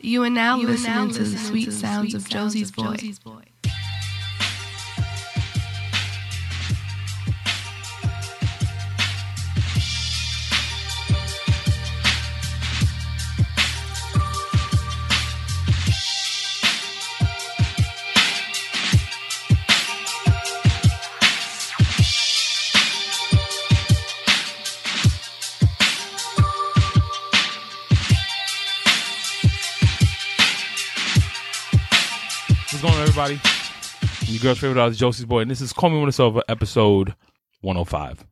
You are now listening to the sweet sounds of Josie's voice. boy. What's going on, everybody? Your girl's favorite artist, Josie's Boy, and this is Call Me When It's Over, episode 105.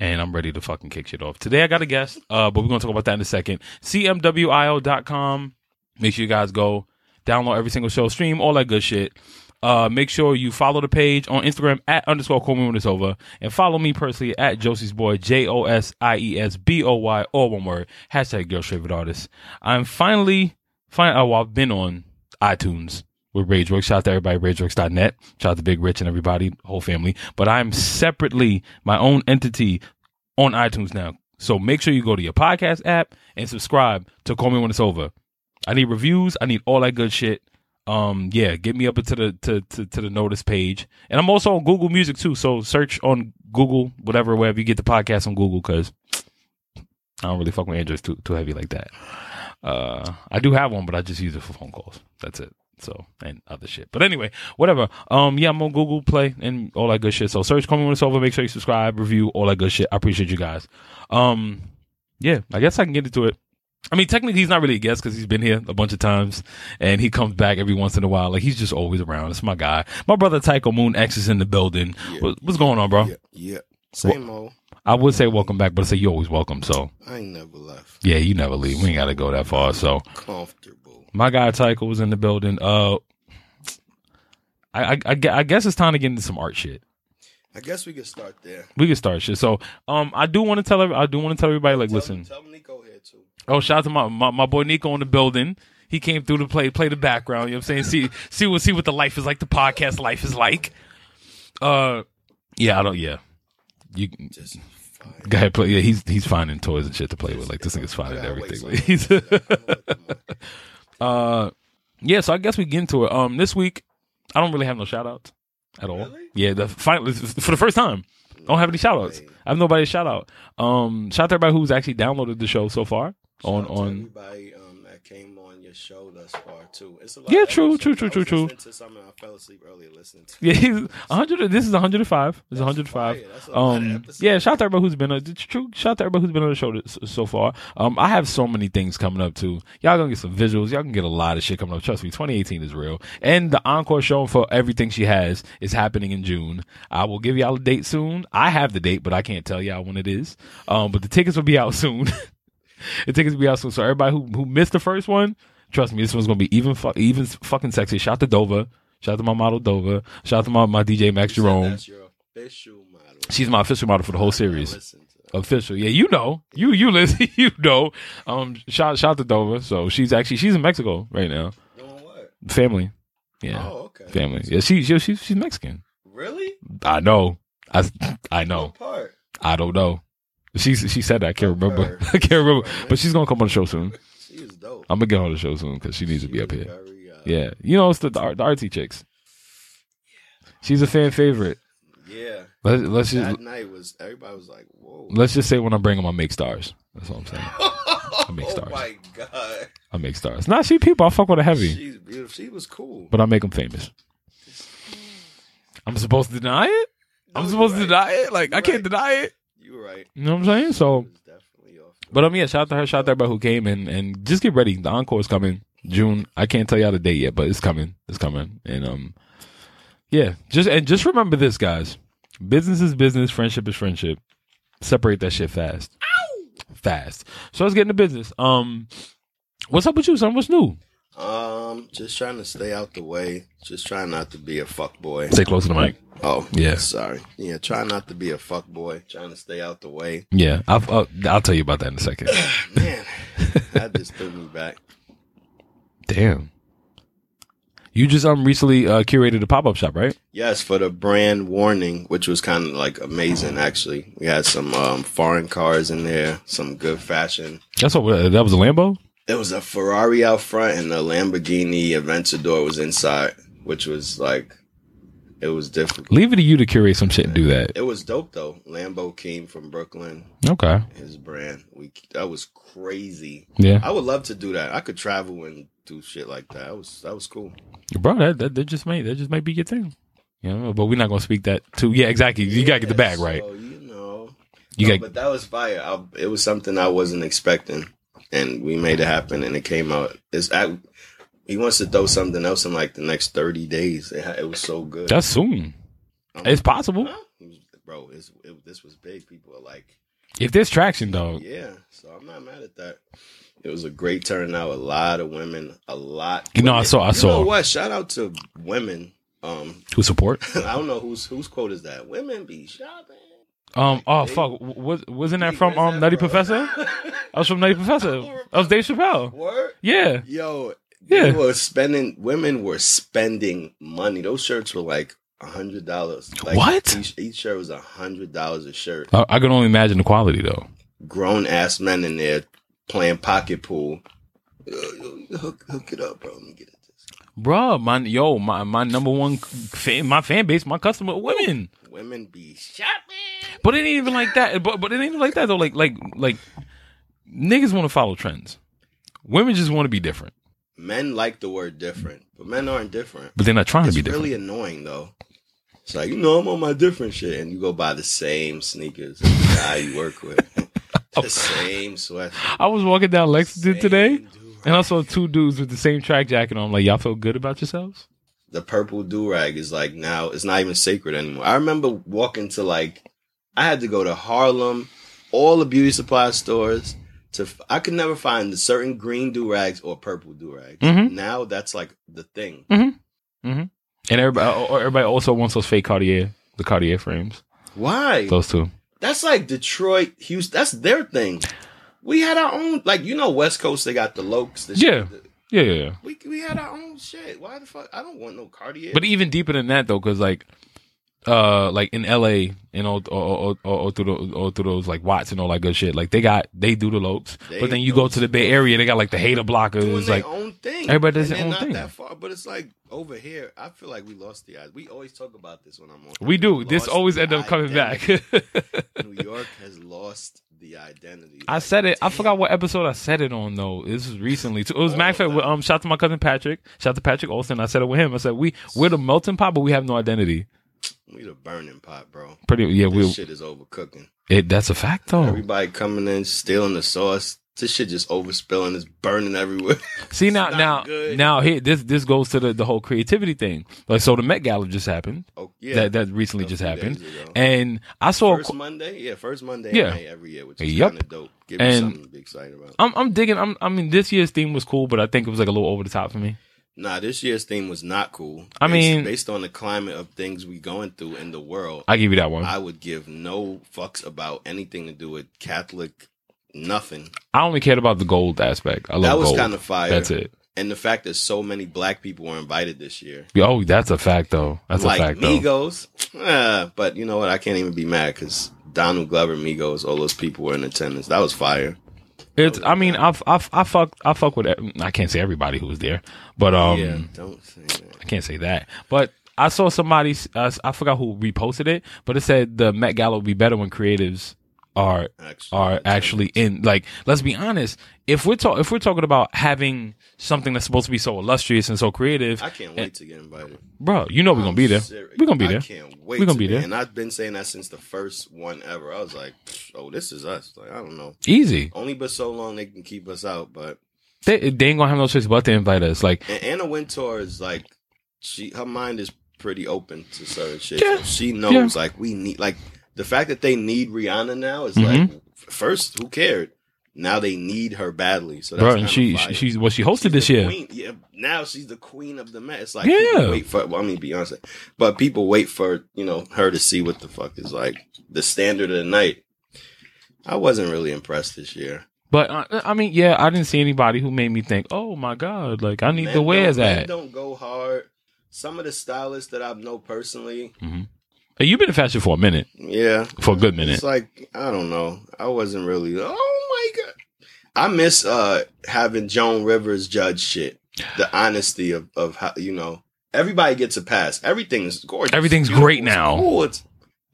And I'm ready to fucking kick shit off. Today I got a guest, uh, but we're going to talk about that in a second. CMWIO.com. Make sure you guys go download every single show, stream, all that good shit. Uh, make sure you follow the page on Instagram at underscore Call Me When It's Over. And follow me personally at Josie's Boy, J O S I E S B O Y, all one word. Hashtag girl's favorite artist. I'm finally, fin- oh, I've been on iTunes with RageWorks. Shout out to everybody at RageWorks.net. Shout out to Big Rich and everybody, whole family. But I'm separately my own entity on iTunes now. So make sure you go to your podcast app and subscribe to Call Me When It's Over. I need reviews. I need all that good shit. Um, yeah, get me up into the to, to, to the notice page. And I'm also on Google Music too. So search on Google, whatever, wherever you get the podcast on Google, because I don't really fuck with Androids too too heavy like that. Uh, I do have one, but I just use it for phone calls. That's it. So and other shit. But anyway, whatever. Um, yeah, I'm on Google Play and all that good shit. So search "Call Me When It's Over." Make sure you subscribe, review, all that good shit. I appreciate you guys. Um, yeah, I guess I can get into it. I mean, technically, he's not really a guest because he's been here a bunch of times, and he comes back every once in a while. Like he's just always around. It's my guy, my brother Tycho Moon X is in the building. What, what's going on, bro? Yeah, yeah. Same old. I would say welcome back, but I say you're always welcome. So I ain't never left. yeah, you never leave. We ain't got to go that far. So Comfortable. my guy Tycho was in the building. Uh, I, I, I gue- I guess it's time to get into some art shit. I guess we could start there. We can start shit. So, um, I do want to tell, every- I do want to tell everybody, like, listen. Tell, tell Nico here too. Oh, shout out to my, my my boy Nico in the building. He came through to play, play the background. You know what I'm saying? See, see what, see what the life is like. The podcast life is like. Uh, yeah, I don't. Yeah, you Just fine. go ahead. Play. Yeah, he's he's finding toys and shit to play with. Like this nigga's finding I gotta wait everything. some- He's- I don't want them on. Uh, yeah. So I guess we get into it. Um, this week I don't really have no shout outs at all. Really? Yeah, the finally for the first time, I don't have any shout outs. I have nobody to shout out. Um, shout out to everybody who's actually downloaded the show so far on Shout out to on. everybody um, that came on your show thus far too. It's a lot. Yeah, of true, episodes. true, true, I was true, true. listening To some and I fell asleep earlier listening to. Yeah, he's 100. This is 105. It's 105. fire. That's a lot of Um, episodes. yeah, shout out to everybody who's been on. It's true. Shout out to everybody who's been on the show this, so far. Um, I have so many things coming up too. Y'all gonna get some visuals. Y'all can get a lot of shit coming up. Trust me, 2018 is real. And the encore show for everything she has is happening in June. I will give y'all a date soon. I have the date, but I can't tell y'all when it is. Um, but the tickets will be out soon. the tickets will be out soon. So everybody who who missed the first one, trust me, this one's gonna be even fu- even fucking sexy. Shout out to Dover. Shout out to my model Dover. Shout out to my, my DJ Max You said Jerome. That's your official model. She's my official model for the whole I series. Oh. listened to that. Official, yeah, you know, you you listen, you know. Um, shout shout to Dover. So she's actually she's in Mexico right now. Doing what? Family, yeah, Oh, okay. family. Yeah, she, she she's she's Mexican. Really? I know. I I know. What part? I don't know. She she said that. I can't remember. Okay. I can't remember. But she's gonna come on the show soon. She is dope. I'm gonna get her on the show soon because she needs to be She up is here. very, uh, Yeah, you know it's the the, R- the RT chicks. She's a fan favorite. Yeah. Let's let's just That night was everybody was like, "Whoa!" let's just say when I'm bringing my make stars. That's what I'm saying. oh make stars. my god, I make stars. Nah, she people. I fuck with her heavy, she's beautiful. She was cool. but I make them famous. I'm supposed to deny it. I'm No, supposed to you're right. deny it. Like I can't Right. deny it. You were right. You know what I'm saying? She So, was definitely off. but um, yeah. Shout out to her. Shout out to everybody who came and and just get ready. The encore's coming June. I can't tell y'all the date yet, but it's coming. It's coming. And um, yeah. Just and just remember this, guys. Business is business. Friendship is friendship. Separate that shit fast. Fast. So let's get into business. Um, what's up with you, son? What's new? Um, just trying to stay out the way. Just trying not to be a fuck boy. Stay close to the mic. Oh, Yeah. Sorry. Yeah, trying not to be a fuck boy. Trying to stay out the way. Yeah, I've, uh, I'll tell you about that in a second. Man, that just threw me back. Damn, you just um recently uh, curated a pop up shop, right? Yes, for the brand warning, which was kind of like amazing. Actually, we had some um, foreign cars in there, some good fashion. That's what uh, that was a Lambo. There was a Ferrari out front and a Lamborghini Aventador was inside, which was like, it was different. Leave it to you to curate some shit and do that. It was dope though. Lambo came from Brooklyn, Okay. his brand. We that was crazy. Yeah. I would love to do that. I could travel and do shit like that. That was that was cool. Bro, that, that, that just may that just might be your thing. You know, but we're not gonna speak that to yeah, exactly. You gotta get the bag Yeah, right. so, You know, You No, got but that was fire. I, it was something I wasn't expecting, and we made it happen, and it came out. It's I, he wants to throw something else in like the next thirty days. It, ha- it was so good. that's soon. I'm It's like, possible. huh? He was- bro. It's, it, this was big. People are like, If there's traction though, yeah. So I'm not mad at that. It was a great turnout. A lot of women. A lot. You know, I women. saw- I You know saw. what? Shout out to women. Um, who support? I don't know whose whose quote is that. Women be shopping. Um oh They- fuck. W- Was wasn't that Where's from um Nutty from? Professor? I was from Nutty Professor. I was Dave Chappelle. Word. Yeah. Yo, Yeah. they were spending. Women were spending money. Those shirts were like a hundred dollars. Like What? Each, each shirt was a hundred dollars a shirt. I, I can only imagine the quality though. Grown ass men in there playing pocket pool. Yo, yo, yo, hook, hook it up, bro. Let me get it. Bruh, my yo, my my number one fan, my fan base, my customer, women. Women be sh- But it ain't even like that. But but it ain't even like that though. Like like like niggas want to follow trends. Women just want to be different, men like the word different, but men aren't different. but they're not trying It's to be different. really annoying though. It's like you know I'm on my different shit, and you go buy the same sneakers as the guy you work with, the same sweat. I was walking down Lexington Oh, today, dude. and I saw two dudes with the same track jacket on. I'm like, y'all feel good about yourselves? the purple do rag is like now it's not even sacred anymore. I remember walking to like I had to go to Harlem, all the beauty supply stores to I could never find the certain green do rags or purple do rags. Mhm. Now that's like the thing. And everybody, uh, or- or everybody also wants those fake Cartier, the Cartier frames. Why? Those two. That's like Detroit, Houston. That's their thing. We had our own, like you know, West Coast. They got the Lokes. The Yeah. shit. Yeah, yeah, yeah. we we had our own shit. Why the fuck? I don't want no Cartier. But even deeper than that though, because like, uh, like in L.A. and all, all, all, all, all through those, all through those like Watts and all that good shit. Like they got they do the lopes, They but then do you go to the Bay Area, they got like the hater doing blockers. their Like own thing. everybody does their And they're own not thing. That far, but it's like over here. I feel like we lost the eyes. We always talk about this when I'm on. we do. This lost always the end up coming identity. back. New York has lost the identity. I Like, said it. I damn. forgot what episode I said it on though. This was recently. Too. It was Oh, matter of fact. wow. Um, shout out to my cousin Patrick. Shout out to Patrick Olsen. I said it with him. I said we we're the melting pot, but we have no identity. We the burning pot, bro. Pretty yeah. This We Oh. shit is overcooking. it, that's a fact though. Everybody coming in, stealing the sauce. This shit just overspilling. It's burning everywhere. See now not now good. now here this this goes to the the whole creativity thing. Like so the Met Gala just happened. oh yeah, That that recently a just few happened. days ago. And I saw. a first qu- Monday, yeah, first Monday Yeah. yeah. every year, which is Yep. kind of dope. Give And- me something to be excited about. I'm I'm digging. I'm I mean this year's theme was cool, but I think it was like a little over the top for me. Nah, this year's theme was not cool. I mean- based on the climate of things we going through in the world, I give you that one. I, I would give no fucks about anything to do with Catholic, nothing. only cared about the gold aspect. I love that was gold. kind of fire. that's it. And the fact that so many black people were invited this year, Oh, that's a fact though. That's like a fact though. Migos. Ah, but you know what? I can't even be mad because Donald Glover, Migos, all those people were in attendance. That was fire. It's. Oh, I mean, I, f- I, f- I fuck. I fuck with. e- I can't say everybody who was there, but um, yeah, don't say that. I can't say that. But I saw somebody. s- Uh, I forgot who reposted it, but it said the Met Gala would be better when creatives are Actually, are actually in. Like, let's be honest. If we're talk, if we're talking about having something that's supposed to be so illustrious and so creative, I can't wait to get invited. bro, you know we're Oh, gonna be there. Serious. We're gonna be there. I can't wait. We gonna to be there. And I've been saying that since the first one ever. I was like, oh, this is us. Like, I don't know. Easy. Only but so long they can keep us out. But They, they ain't gonna have no choice but to invite us. Like, and Anna Wintour is like, she her mind is pretty open to certain shit. Yeah. So she knows like we need like the fact that they need Rihanna now is Mm-hmm. like f- first who cared. Now they need her badly. So that's bro, kinda and she, fire. she she's well, she hosted She's this the year. queen. Yeah, now she's the queen of the Met. It's like Yeah. people wait for. Well, I mean Beyonce, but people wait for you know her to see what the fuck is like the standard of the night. I wasn't really impressed this year. But uh, I mean, yeah, I didn't see anybody who made me think, "Oh my god, like I need to Men wear don't- men that." Don't go hard. Some of the stylists that I know personally, Hey, you've been in fashion for a minute, yeah, for a good minute. it's like I don't know. I wasn't really. Oh my god. I miss uh having Joan Rivers judge shit. The honesty of of how you know everybody gets a pass. Everything is gorgeous. Everything's Beautiful. great now. It's cool. It's-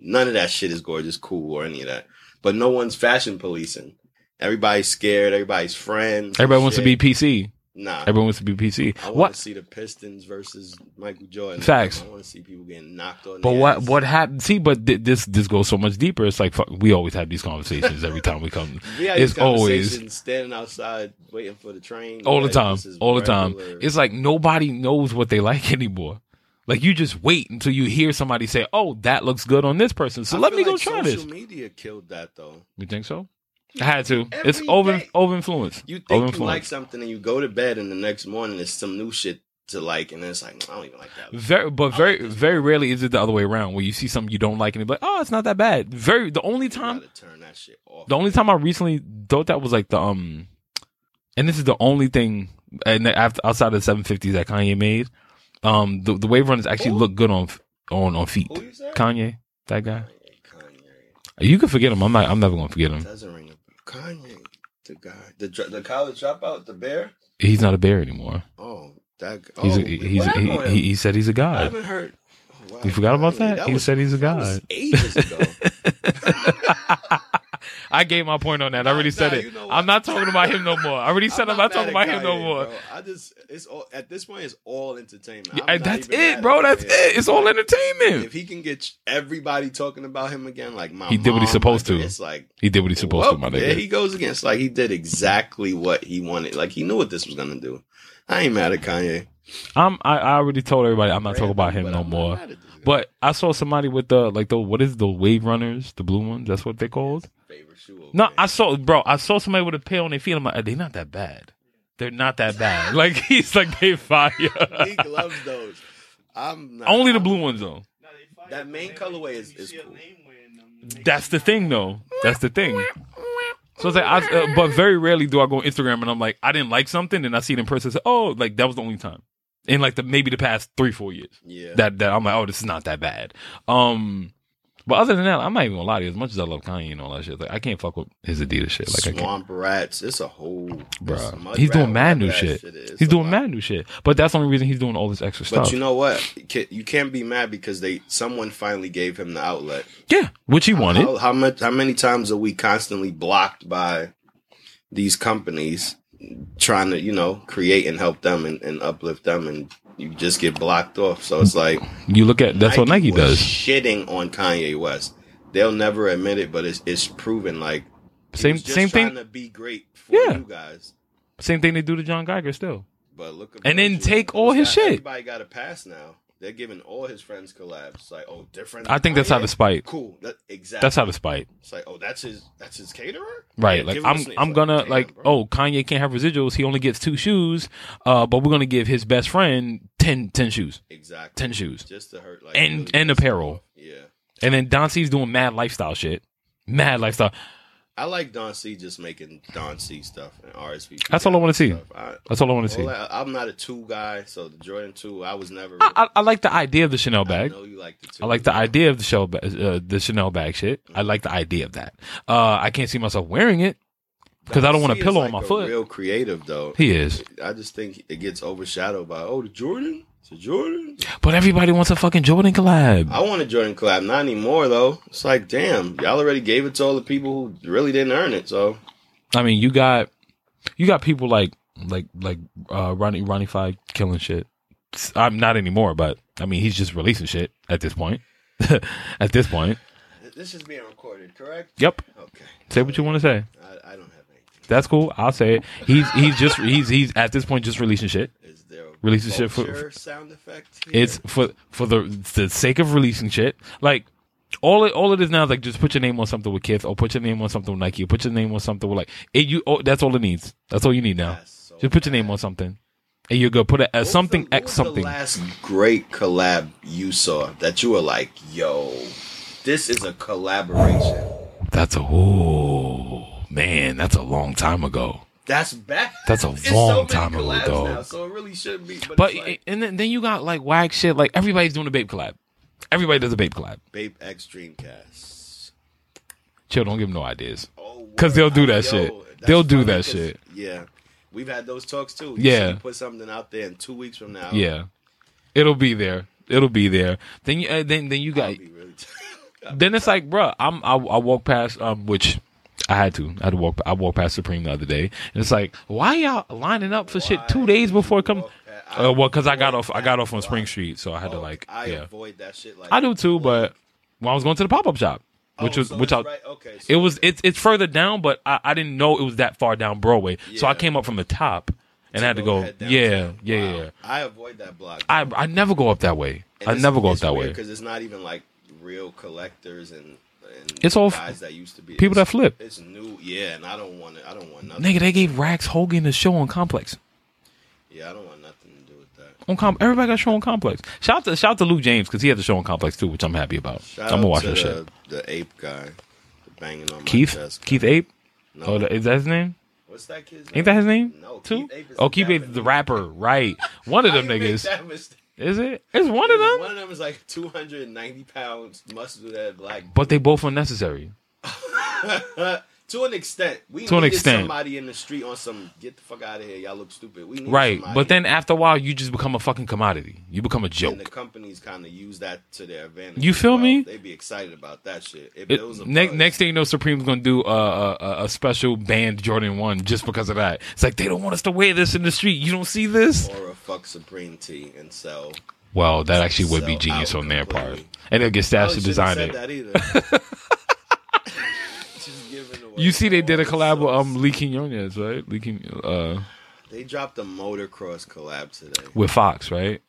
none of that shit is gorgeous, cool, or any of that. But no one's fashion policing. Everybody's scared. Everybody's friends. and Everybody wants to shit. be PC. nah. Everyone wants to be PC. I want What? to see the Pistons versus Michael Jordan. Facts. I want to see people getting knocked on. But the what ass. what happened? See, but th- this this goes so much deeper. It's like fuck, we always have these conversations every time we come. We had these It's always- conversations standing outside waiting for the train all the Like, time, this is all the time. regular. It's like nobody knows what they like anymore. Like you just wait until you hear somebody say, "Oh, that looks good on this person." So I let feel me go like try social this. media killed that though. You think so? I had to. it's Every over day. over influence. You Over think you like influence. something and you go to bed and the next morning there's some new shit to like and then it's like I don't even like that. Very, but I very, like this. very rarely is it the other way around where you see something you don't like and you're like, "Oh, it's not that bad." Very. The only time You gotta turn that shit off. The only time I recently thought that was like the um, and this is the only thing and after outside of the 750s that Kanye made, um, the the wave runners actually Who? look good on on on feet. Who you said? Kanye, that guy. Mm. Kanye, Kanye. You can forget him. I'm not. I'm never gonna forget him. Doesn't ring a bell. Kanye, the guy, the dr- the college dropout, the bear. He's not a bear anymore. Oh, that. g- Oh, He's a, we- he's what he, happened he, with him? he said he's a I god. haven't heard. Oh, wow, You forgot about Kanye, that? he was- said he's a that god. was ages ago. I gave my point on that. I Nah, already said nah, it. you know what? I'm not talking about him no more. I already said I'm not mad talking at about him no Kanye, more. bro. I just it's all at this point it's all entertainment. Yeah, I'm and not that's even mad it, at bro. Kanye. That's it. It's all entertainment. If he can get everybody talking about him again, like my He did what he's mom, supposed like, to. It's like He did what he's supposed to, my well, nigga. There he goes again. It's like he did exactly what he wanted. Like he knew what this was gonna do. I ain't mad at Kanye. I'm. I, I already told everybody I'm not talking about But him no I'm not more. mad at this guy. But I saw somebody with the like the what is the wave runners, the blue ones. That's what they called. favorite shoe. over No, there. I saw bro. I saw somebody with a pail on their feet. I'm like, they're not that bad. They're not that bad. Like he's like they fire. League loves those. I'm not, Only the blue ones though. That main colorway is, is cool. That's the thing though. That's the thing. So it's like, I, uh, but very rarely do I go on Instagram and I'm like, I didn't like something, and I see it in person. and say, oh, like that was the only time, in like the maybe the past three four years. Yeah, that that I'm like, oh, this is not that bad. Um, but other than that, I'm not even gonna lie to you. As much as I love Kanye and all that shit, like I can't fuck with his Adidas shit. Like I can't, swamp rats. It's a whole it's bro. mud He's doing rat, mad new whatever that shit. is. he's It's a doing lot. mad new shit. But that's the only reason he's doing all this extra But stuff. you know what? You can't- You can't be mad because they someone finally gave him the outlet. yeah, which he wanted. How, how much? How many times are we constantly blocked by these companies trying to you know create and help them and, and uplift them, and you just get blocked off? So it's like you look at that's what Nike was does. Shitting on Kanye West. They'll never admit it, but it's it's proven. Like he Same was just same trying thing. To be great for Yeah. you guys. Same thing they do to John Geiger still. But look, at And then Virgil. take all his Everybody shit. Everybody got a pass now. They're giving all his friends collabs. Like, oh, different. I think that's out of spite. Cool. That, exactly. That's out of spite. It's like, oh, that's his. That's his caterer. Right, Yeah, like give him I'm, this name. I'm It's gonna damn, like, bro. oh, Kanye can't have residuals. He only gets two shoes, uh, but we're gonna give his best friend 10, 10 shoes, exactly. ten shoes. just to hurt, like, and really and piss him apparel. off. Yeah, And then Don C's doing mad lifestyle shit. Mad lifestyle. I like Don C just making Don C stuff and RSVP. That's all I wanna see. stuff. I, That's all I want to see. all I, I, I'm not a two guy, so the Jordan two, I was never. I, I like the idea of the Chanel bag. I know you like the two. I like the idea of the show, ba- uh, the Chanel bag shit. I like the idea of that. Uh, I can't see myself wearing it because I don't want a He is pillow on like my a foot. Real creative though. he is, I just think it gets overshadowed by oh the Jordan, the Jordan. but everybody wants a fucking Jordan collab. I want a Jordan collab, not anymore though. It's like damn, y'all already gave it to all the people who really didn't earn it. So I mean, you got you got people like like like uh, Ronnie Ronnie Five killing shit. S- I'm not anymore, but I mean, he's just releasing shit at this point. at this point, th- this is being recorded, correct? yep. Okay, Say what you want to say. I, I don't have anything. That's cool. I'll say it. He's he's just he's he's at this point just releasing shit. Is there a Release the shit for- vulture sound effect? here? It's for for the the sake of releasing shit. Like all it all it is now is like just put your name on something with Kith or put your name on something with Nike or put your name on something with like it, you. Oh, that's all it needs. That's all you need now. That's so Just put your name on something, and you go put a, a What was something the- what X was something. The last great collab you saw that you were like, yo, this is a collaboration. That's a oh man. That's a long time ago. That's back. That's a It's long many time ago, collabs dog. Now, so it really should be. But, But it's like, and then, then you got like wag shit. Like everybody's doing a babe collab. Everybody does a babe collab. Babe X Dreamcast. Chill. Don't give them no ideas. Oh, 'Cause word. they'll do I- that yo, shit. That's They'll do funny that 'cause, shit. Yeah, we've had those talks too. You Yeah. should put something out there in two weeks from now. Yeah, it'll be there. It'll be there. Then you uh, then then you I'll got be really then it's like, bruh, I'm I, I walk past um which I had to I had to walk I walked past Supreme the other day and it's like why y'all lining up for shit two Why days before it comes? walk past- Uh, well, because I got walk off I got past off on a Spring lot. Street, so I had to Oh, like I yeah avoid that shit. Like I do too, but when I was going to the pop up shop, Oh, which was so which it's I right- okay, so it was it's it's further down, but I, I didn't know it was that far down Broadway, so I Yeah. came up from the top and I had to go head down. yeah yeah Wow. yeah. I avoid that block. I I never go up that way. I never go up that way. because it's not even like real collectors and. and It's all f- guys that used to be people that it's- flip. It's new, yeah, and I don't want it. I don't want nothing. Nigga, they gave Rax Hogan a show on Complex. Yeah, I don't want nothing to do with that. On Com- everybody got a show on Complex. Shout out to shout out to Lou James because he had the show on Complex too, which I'm happy about. Shout I'm gonna out watch to that the, shit. The ape guy, the banging on Keith my desk. Keith Ape. No. Oh, that- is that his name? What's that kid's name? Ain't that his name? No, too. Keith Ape is oh, the Keith Ape, is the Japanese. rapper, right? One of How them you make niggas. that mistake? Is it? It's one of them. One of them is like 290 pounds, must do that black. But they both unnecessary. to an extent, we To an needed extent. somebody in the street on some get the fuck out of here, y'all look stupid. We need Right. somebody. But then after a while, you just become a fucking commodity. You become a and the joke. companies kind of use that to their advantage. You as feel well. me? They be excited about that shit. If It- there was a next, buzz- next thing you know, Supreme's gonna do a, a, a special banned Jordan one just because of that. It's like they don't want us to wear this in the street. You don't see this? or a fuck supreme tea and sell. Well, that actually would be Sell genius out on their part, completely. and they'll get stash Probably to Oh, shouldn't design have it. said that either. Just giving away You see, they did a all the collab with sauce. um Lee Quinones, right? Lee Quin- uh They dropped a motocross collab today. with Fox, right?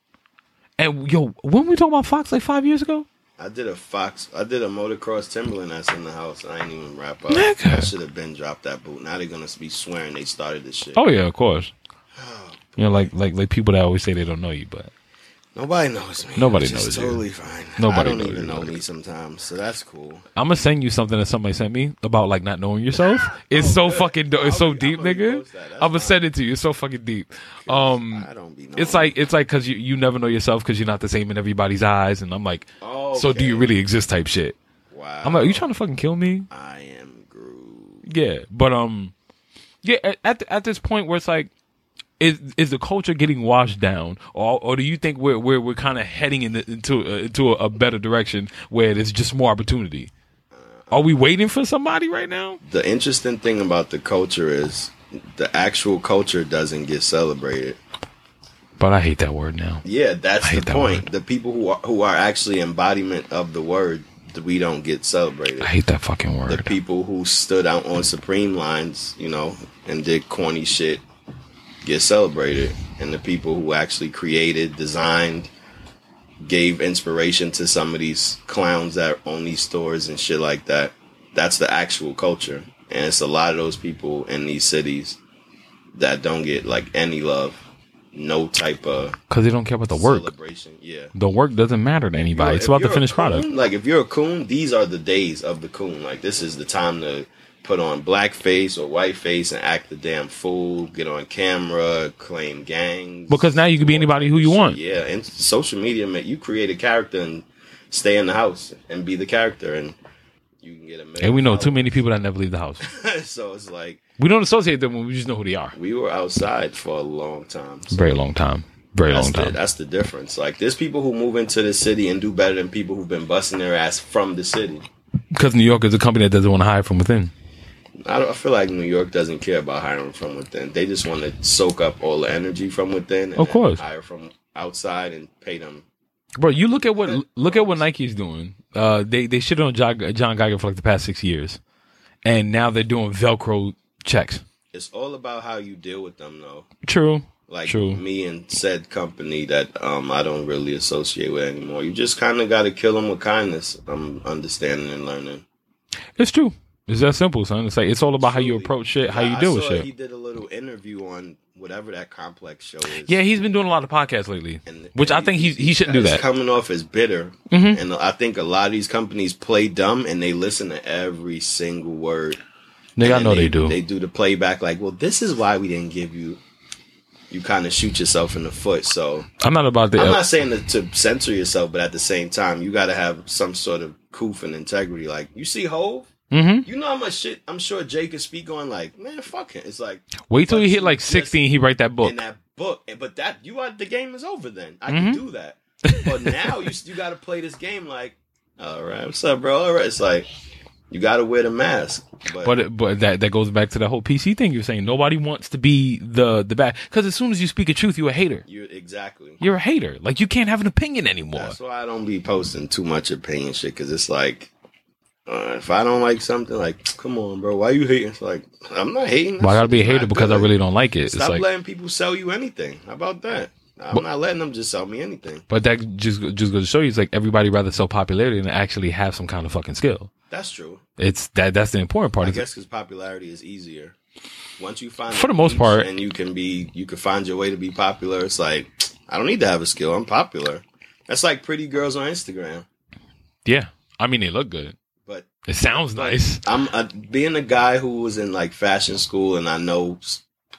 And yo, when we talking about Fox like five years ago, I did a Fox. I did a motocross Timberland that's in the house. I ain't even wrap up. Nigga. I should have been dropped that boot. Now they're gonna be swearing they started this shit. oh yeah, of course. You know, like like like people that always say they don't know you, but Nobody knows me. Nobody which is knows you. Totally fine. Nobody Nobody I don't knows even you. know me sometimes, so that's cool. I'm gonna send you something that somebody sent me about like not knowing yourself. It's so good. fucking do- it's I'll so be- deep, I'ma nigga. repost that. That's I'm gonna fine. send it to you. It's so fucking deep. Um, I don't be. Known. it's like it's like because you you never know yourself because you're not the same in everybody's eyes, and I'm like, Oh, so do you okay. really exist? Type shit. wow. I'm like, you trying to fucking kill me? I am Groove. Yeah, but um, yeah. At at, th- at this point where it's like, is is the culture getting washed down, or or do you think we're we're we're kind of heading in the, into uh, into a, a better direction where there's just more opportunity? Are we waiting for somebody right now? The interesting thing about the culture is the actual culture doesn't get celebrated. But I hate that word now. Yeah, that's hate the that point. word. The people who are, who are actually embodiment of the word, that we don't get celebrated. I hate that fucking word. The people who stood out on Supreme lines, you know, and did corny shit get celebrated, and the people who actually created, designed, gave inspiration to some of these clowns that own these stores and shit like that. That's the actual culture, and it's a lot of those people in these cities that don't get like any love, no type of Because they don't care about the work. celebration. Yeah. The work doesn't matter to anybody. Yo, It's if about the you're a finished coon, product. Like if you're a coon, these are the days of the coon. Like this is the time to put on blackface or whiteface and act the damn fool, get on camera, claim gangs. Because now you can be anybody who you want. yeah, and social media, man, you create a character and stay in the house and be the character, and you can get a. million And we know too followers. many people that never leave the house. so it's like We don't associate them when we just know who they are. we were outside for a long time. So Very long time. Very That's long the, time. that's the difference. Like, there's people who move into the city and do better than people who've been busting their ass from the city. Because New York is a company that doesn't want to hire from within. I, don't, I feel like New York doesn't care about hiring from within. They just want to soak up all the energy from within. And Of then course. hire from outside and pay them. Bro, you look at what look at what Nike's doing. Uh, they they shit on John, John Geiger for like the past six years, and now they're doing Velcro checks. It's all about how you deal with them, though. True. Like True. me and said company that um, I don't really associate with anymore. You just kind of got to kill them with kindness. I'm understanding and learning. It's true. It's that simple, son. It's like it's all about how you Truly. approach shit, how you I deal with saw shit. He did a little interview on whatever that complex show is. yeah, he's been doing a lot of podcasts lately, And- which I think he he shouldn't do It's that. Mm-hmm. coming off as bitter, and I think a lot of these companies play dumb and they listen to every single word. Nigga, I And know they, do. They do the playback like, well, this is why we didn't give you. You kind of shoot yourself in the foot. So I'm not about the. I'm not saying to, to censor yourself, but at the same time, you got to have some sort of coof and integrity. Like you see Hove, Mm-hmm. You know how much shit I'm sure Jay could speak on. Like, man, fuck him. It's like Wait till But he she hit like just- 16, he write that book. in that book, and- but that you are the game is over. Then I Mhm. can do that. But now you you got to play this game. Like, all right, what's up, bro? All right, it's like you got to wear the mask. But, But it- but that that goes back to that whole PC thing you're saying. Nobody wants to be the the bad because as soon as you speak a truth, you're a hater. you exactly. You're a hater. Like you can't have an opinion anymore. That's why I don't be posting too much opinion shit because it's like. Uh, if I don't like something, like, come on, bro, why you hating? It's like, I'm not hating. Well, I gotta be a It's not hater because I good. really don't like it. Stop it's like, letting people sell you anything. How about that? I'm But- not letting them just sell me anything. but that just just goes to show you, it's like everybody rather sell popularity than actually have some kind of fucking skill. That's true. It's that that's the important part. I It's like, guess because popularity is easier. Once you find For the a most niche part- and you can be, you can find your way to be popular. It's like I don't need to have a skill. I'm popular. That's like pretty girls on Instagram. yeah, I mean they look good. But It sounds nice. I'm uh being a guy who was in like fashion school, and I know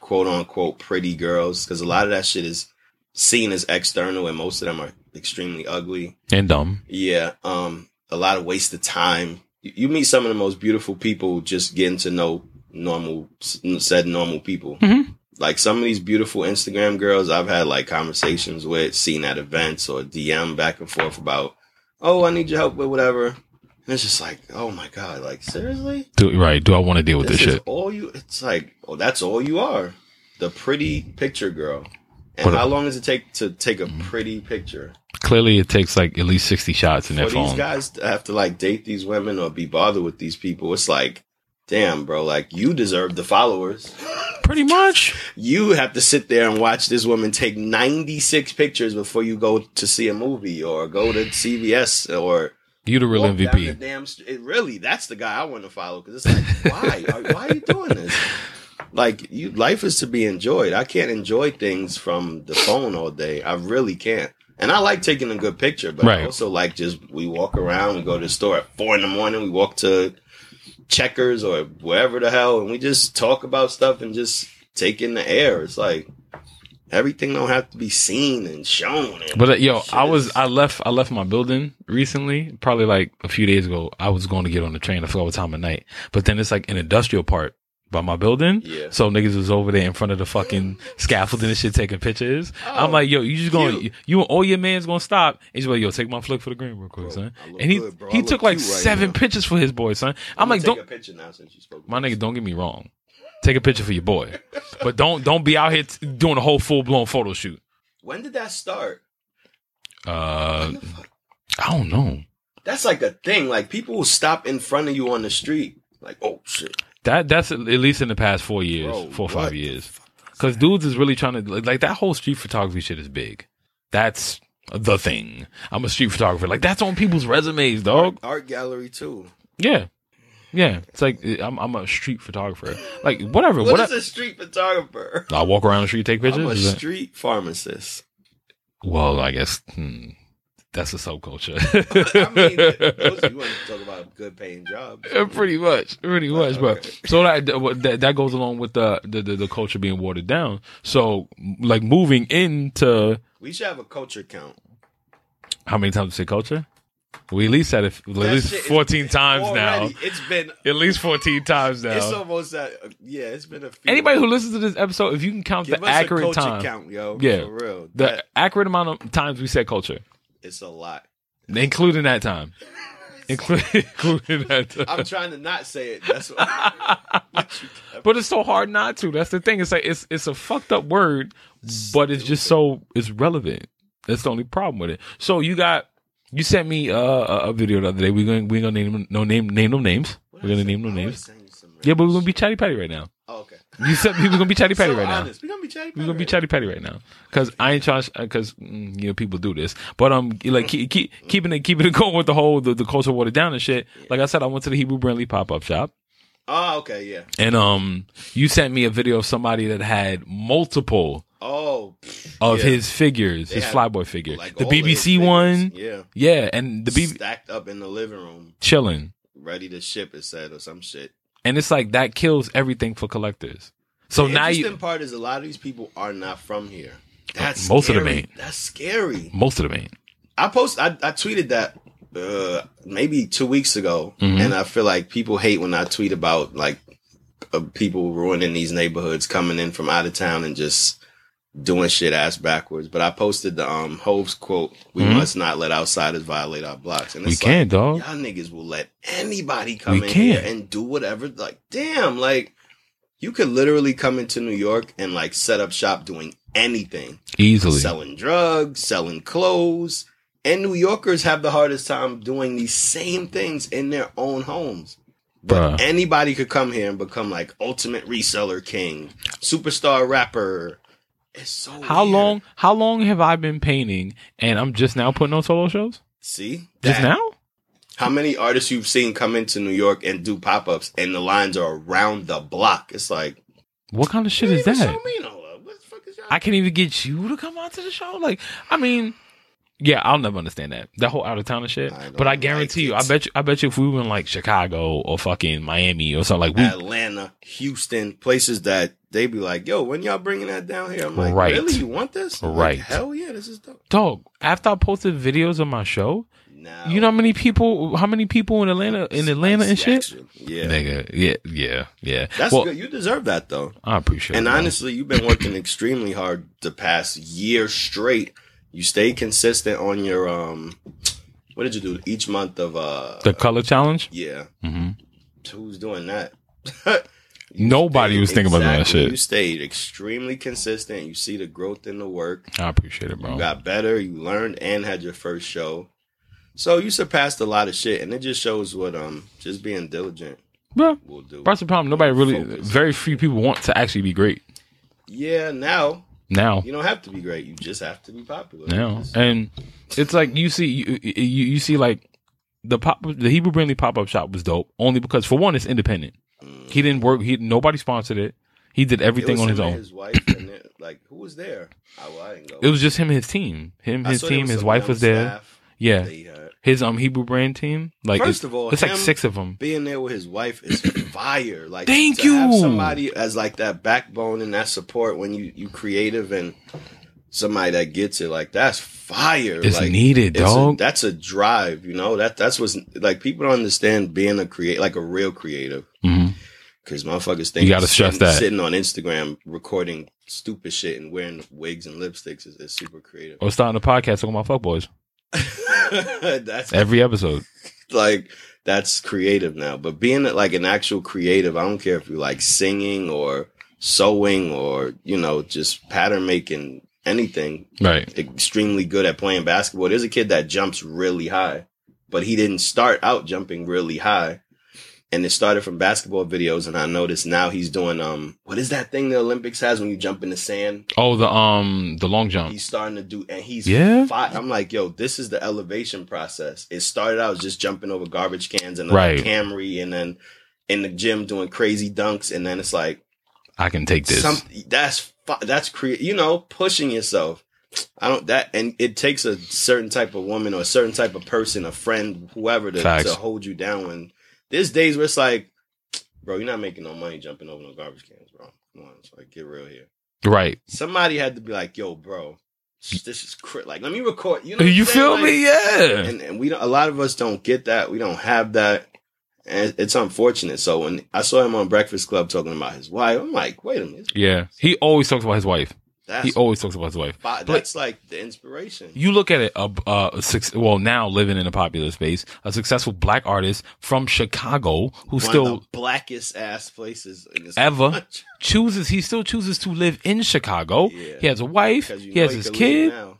quote unquote pretty girls because a lot of that shit is seen as external, and most of them are extremely ugly. and dumb. Yeah, um, a lot of waste of time. You, you meet some of the most beautiful people just getting to know normal, s- said normal people. Mhm. Like some of these beautiful Instagram girls I've had like conversations with, seen at events or DM back and forth about, oh, I need your help with whatever. And it's just like, oh my God, like seriously? Do, right? Do I want to deal with this, is shit? all you, it's like, oh, that's all you are. The pretty picture girl. And But- how long does it take to take Mm-hmm. a pretty picture? Clearly, it takes like at least sixty shots in for that these phone. guys to have to like date these women or be bothered with these people, it's like, damn, bro, like you deserve the followers. Pretty much. You have to sit there and watch this woman take 96 pictures before you go to see a movie or go to CVS or You the real walk down the MVP. damn st- it really, that's the guy I want to follow because it's like, why? Are- why are you doing this? Like you, life is to be enjoyed. I can't enjoy things from the phone all day. I really can't. And I like taking a good picture, but Right. I also like just we walk around, we go to the store at four in the morning, we walk to Checkers or wherever the hell, and we just talk about stuff and just take in the air. It's like everything don't have to be seen and shown. And But uh, yo, shit I was is- I left I left my building recently, probably like a few days ago. I was going to get on the train. I forgot what time of night. But then it's like an industrial part by my building. Yeah. So niggas was over there in front of the fucking scaffolding and shit taking pictures. I'm Oh, like, yo, you just going to cute. you and all your man's gonna stop. He's like, yo, take my flick for the green real quick, Bro, son. I look And he good, bro. I he look took like cute right seven now. pictures for his boy, son. I'm gonna like, take don't a picture now since you spoke. my nigga, don't get me wrong. Take a picture for your boy, but don't don't be out here t- doing a whole full blown photo shoot. When did that start? Uh, When the fuck- I don't know. That's like a thing. Like people will stop in front of you on the street. Like, oh shit. That that's at least in the past four years, Bro, four or what five the years. Because dudes is really trying to like, like that whole street photography shit is big. That's the thing. I'm a street photographer. Like that's on people's resumes, dog. Art gallery too. Yeah, yeah. It's like eh, I'm I'm a street photographer. Like whatever. What What? is a street photographer? I, I walk around the street, take pictures. I'm a is that- street pharmacist. well, I guess hmm, that's a subculture. I mean, those, you want to talk about good paying jobs? Yeah, pretty much, pretty much, bro. Okay. So that that that goes along with the, the the the culture being watered down. So like moving into We should have a culture count. how many times did you say culture? We at least had it f- at That least shit is- fourteen times Already, now. It's been. At least fourteen times now. It's almost that. Yeah, it's been a. Few. Anybody who listens to this episode, if you can count give the us a accurate culture time, count, yo. Yeah. for real. the That, accurate amount of times we said culture, it's a lot. including that time, Inclu- including that. Time. I'm trying to not say it. That's what. But it's so hard not to. That's the thing. It's like it's it's a fucked up word, but it's just so it's relevant. That's the only problem with it. So you got you sent me uh, a a video the other day. We're gonna we're gonna name no name name no names. We're gonna name no names. Yeah, but we're gonna be chatty patty right now. Oh, okay. You said we're gonna be chatty patty So right now. honest. We gonna be chatty. We're gonna be chatty patty right now because I ain't trying because mm, you know people do this, but um like keep, keep keeping it keeping it going with the whole the, the culture watered down and shit. Like I said, I went to the Hebrew Brandley pop up shop. Oh, okay, yeah. And um, you sent me a video of somebody that had multiple Oh, of Yeah. his figures, They his had, flyboy figure, like the all of his BBC figures. one, yeah, yeah, and the BBC stacked up in the living room, chilling. ready to ship. It said or some shit. And it's like that kills everything for collectors. So the now interesting you, Uh, part is a lot of these people are not from here. That's most of them scary. ain't. That's scary. most of them ain't. I post. I, I tweeted that uh, maybe two weeks ago, Mhm. and I feel like people hate when I tweet about like uh, people ruining these neighborhoods, coming in from out of town and just doing shit ass backwards. But I posted the um Hove's quote: "We Mhm. must not let outsiders violate our blocks." And We like, can, dog. y'all niggas will let anybody come We in can. here and do whatever. Like, damn, like you could literally come into New York and like set up shop doing anything, Easily. selling drugs, selling clothes. And New Yorkers have the hardest time doing these same things in their own homes. But Bruh. anybody could come here and become like ultimate reseller king, superstar rapper. It's so How weird. long? How long have I been painting? And I'm just now putting on solo shows. See Just That- now? How many artists you've seen come into New York and do pop ups, and the lines are around the block? It's like, What kind of shit is "What do you that? mean all that? What the fuck is y'all- I can't even get you to come out to the show. Like, I mean, yeah, I'll never understand that that whole out of town and shit. I don't but I like guarantee you, it. I bet you, I bet you, if we were in like Chicago or fucking Miami or something like we, Atlanta, Houston, places that they be like, yo, when y'all bringing that down here? I'm like, Right. really? You want this? I'm like, Right. Hell yeah, this is dope. dog. After I posted videos of my show, Now, you know how many people, how many people in Atlanta, in Atlanta and shit, Yeah. nigga, yeah, yeah, yeah. That's well, good. You deserve that, though. I appreciate And it. man. honestly, you've been working extremely hard the past year straight. You stay consistent on your, um, what did you do? Each month of, uh, the color challenge. yeah. hmm who's doing that? Nobody was thinking about doing that Exactly. shit. You stayed extremely consistent. You see the growth in the work. I appreciate it, bro. You got better. You learned and had your first show. So you surpassed a lot of shit, and it just shows what um just being diligent Bro, will do. that's the problem. Nobody really, Focus. very few people want to actually be great Yeah, now now. you don't have to be great. You just have to be popular. now, Just- and it's like you see, you you, you see like the pop, the Hebrew Brindley pop up shop was dope. Only because for one, it's independent. He didn't work. He nobody sponsored it. He did it everything was on him his and own. His wife and their- like who was there? I, well, I didn't go. It was just him, and his team, him, I his saw there team, his some wife young was there. staff Yeah, that he had. his um Hebrew brand team. Like First it's, of all, it's like him- six of them. being there with his wife is fire. Like, Thank to Have you. somebody as like that backbone and that support when you you creative and somebody that gets it. Like that's fire. It's like, needed, it's a- dog. that's a drive. You know that that's what's like. People don't understand being a create like a real creative Mhm. because motherfuckers think gotta stress sitting, that. sitting on Instagram recording stupid shit and wearing wigs and lipsticks is, is super creative. I was starting a podcast talking about fuckboys that's every episode. like that's creative now. But being like an actual creative, I don't care if you like singing or sewing or you know just pattern making anything. Right. Extremely good at playing basketball. There's a kid that jumps really high, but he didn't start out jumping really high. And it started from basketball videos, and I noticed now he's doing um what is that thing the Olympics has when you jump in the sand? Oh, the um the long jump. He's starting to do, and he's Yeah. fi- I'm like, yo, this is the elevation process. It started out just jumping over garbage cans and a Right. Camry, and then in the gym doing crazy dunks, and then it's like I can take this. something that's fi- that's create, you know, pushing yourself. I don't that, and it takes a certain type of woman or a certain type of person, a friend, whoever, to, Facts. to hold you down. When there's days where it's like, bro, you're not making no money jumping over no garbage cans, bro. Come on, it's like get real here right. somebody had to be like, "Yo, bro, this is crit. Like, let me record." You know, what I'm You saying? feel Like, me? Yeah. And, and we don't. A lot of us don't get that. We don't have that, and it's unfortunate. So when I saw him on Breakfast Club talking about his wife, I'm like, "Wait a minute, Yeah. He always talks about his wife. that's He always talks about his wife. fi- that's like the inspiration." You look at it, a, a, a suc- well, now living in a popular space, a successful black artist from Chicago who One still of the blackest ass places in this Ever. country. chooses, he still chooses to live in Chicago. Yeah. He has a wife, 'Cause you he know has you his can leave kid. now.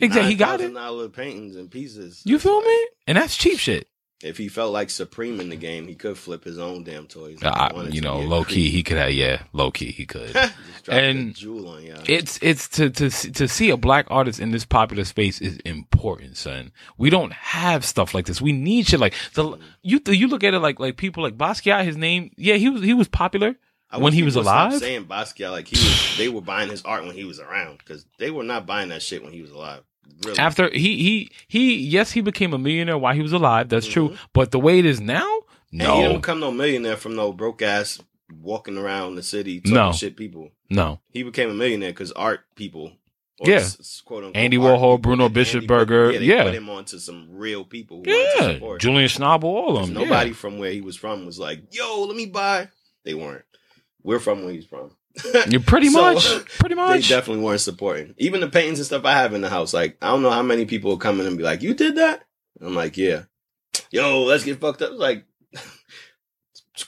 Exactly. He got it. $9,000 paintings and pieces. You It's feel like, me? And that's cheap shit. If he felt like supreme in the game, he could flip his own damn toys. if he Uh, wanted you to know, be a low creep. key, he could have, yeah, low key, he could. Just dropped And a jewel on y'all. It's it's to to see- to see a black artist in this popular space is important, son. We don't have stuff like this. We need shit like the you you look at it like like people like Basquiat. His name, yeah, he was he was popular I when wish he people was would stop alive. saying Basquiat like he was, they were buying his art when he was around because they were not buying that shit when he was alive. Really. After he he he, yes, he became a millionaire while he was alive. That's true. But the way it is now, and Mm-hmm. he didn't no, become no millionaire from no broke ass walking around the city talking No. shit people. no, He became a millionaire because art people Or Yeah. s- s- quote unquote, Andy art Warhol, people. Bruno And Andy- Bischofberger, Yeah, they yeah. put him onto some real people. Who wanted to Yeah, support him. Julian Schnabel, all of 'Cause them. Nobody from where he was from was like, "Yo, let me buy." They weren't. We're from where he's from. yeah. you pretty So, much, pretty they much. definitely weren't supporting. Even the paintings and stuff I have in the house. Like, I don't know how many people will come in and be like, You did that? I'm like, Yeah. Yo, let's get fucked up. Like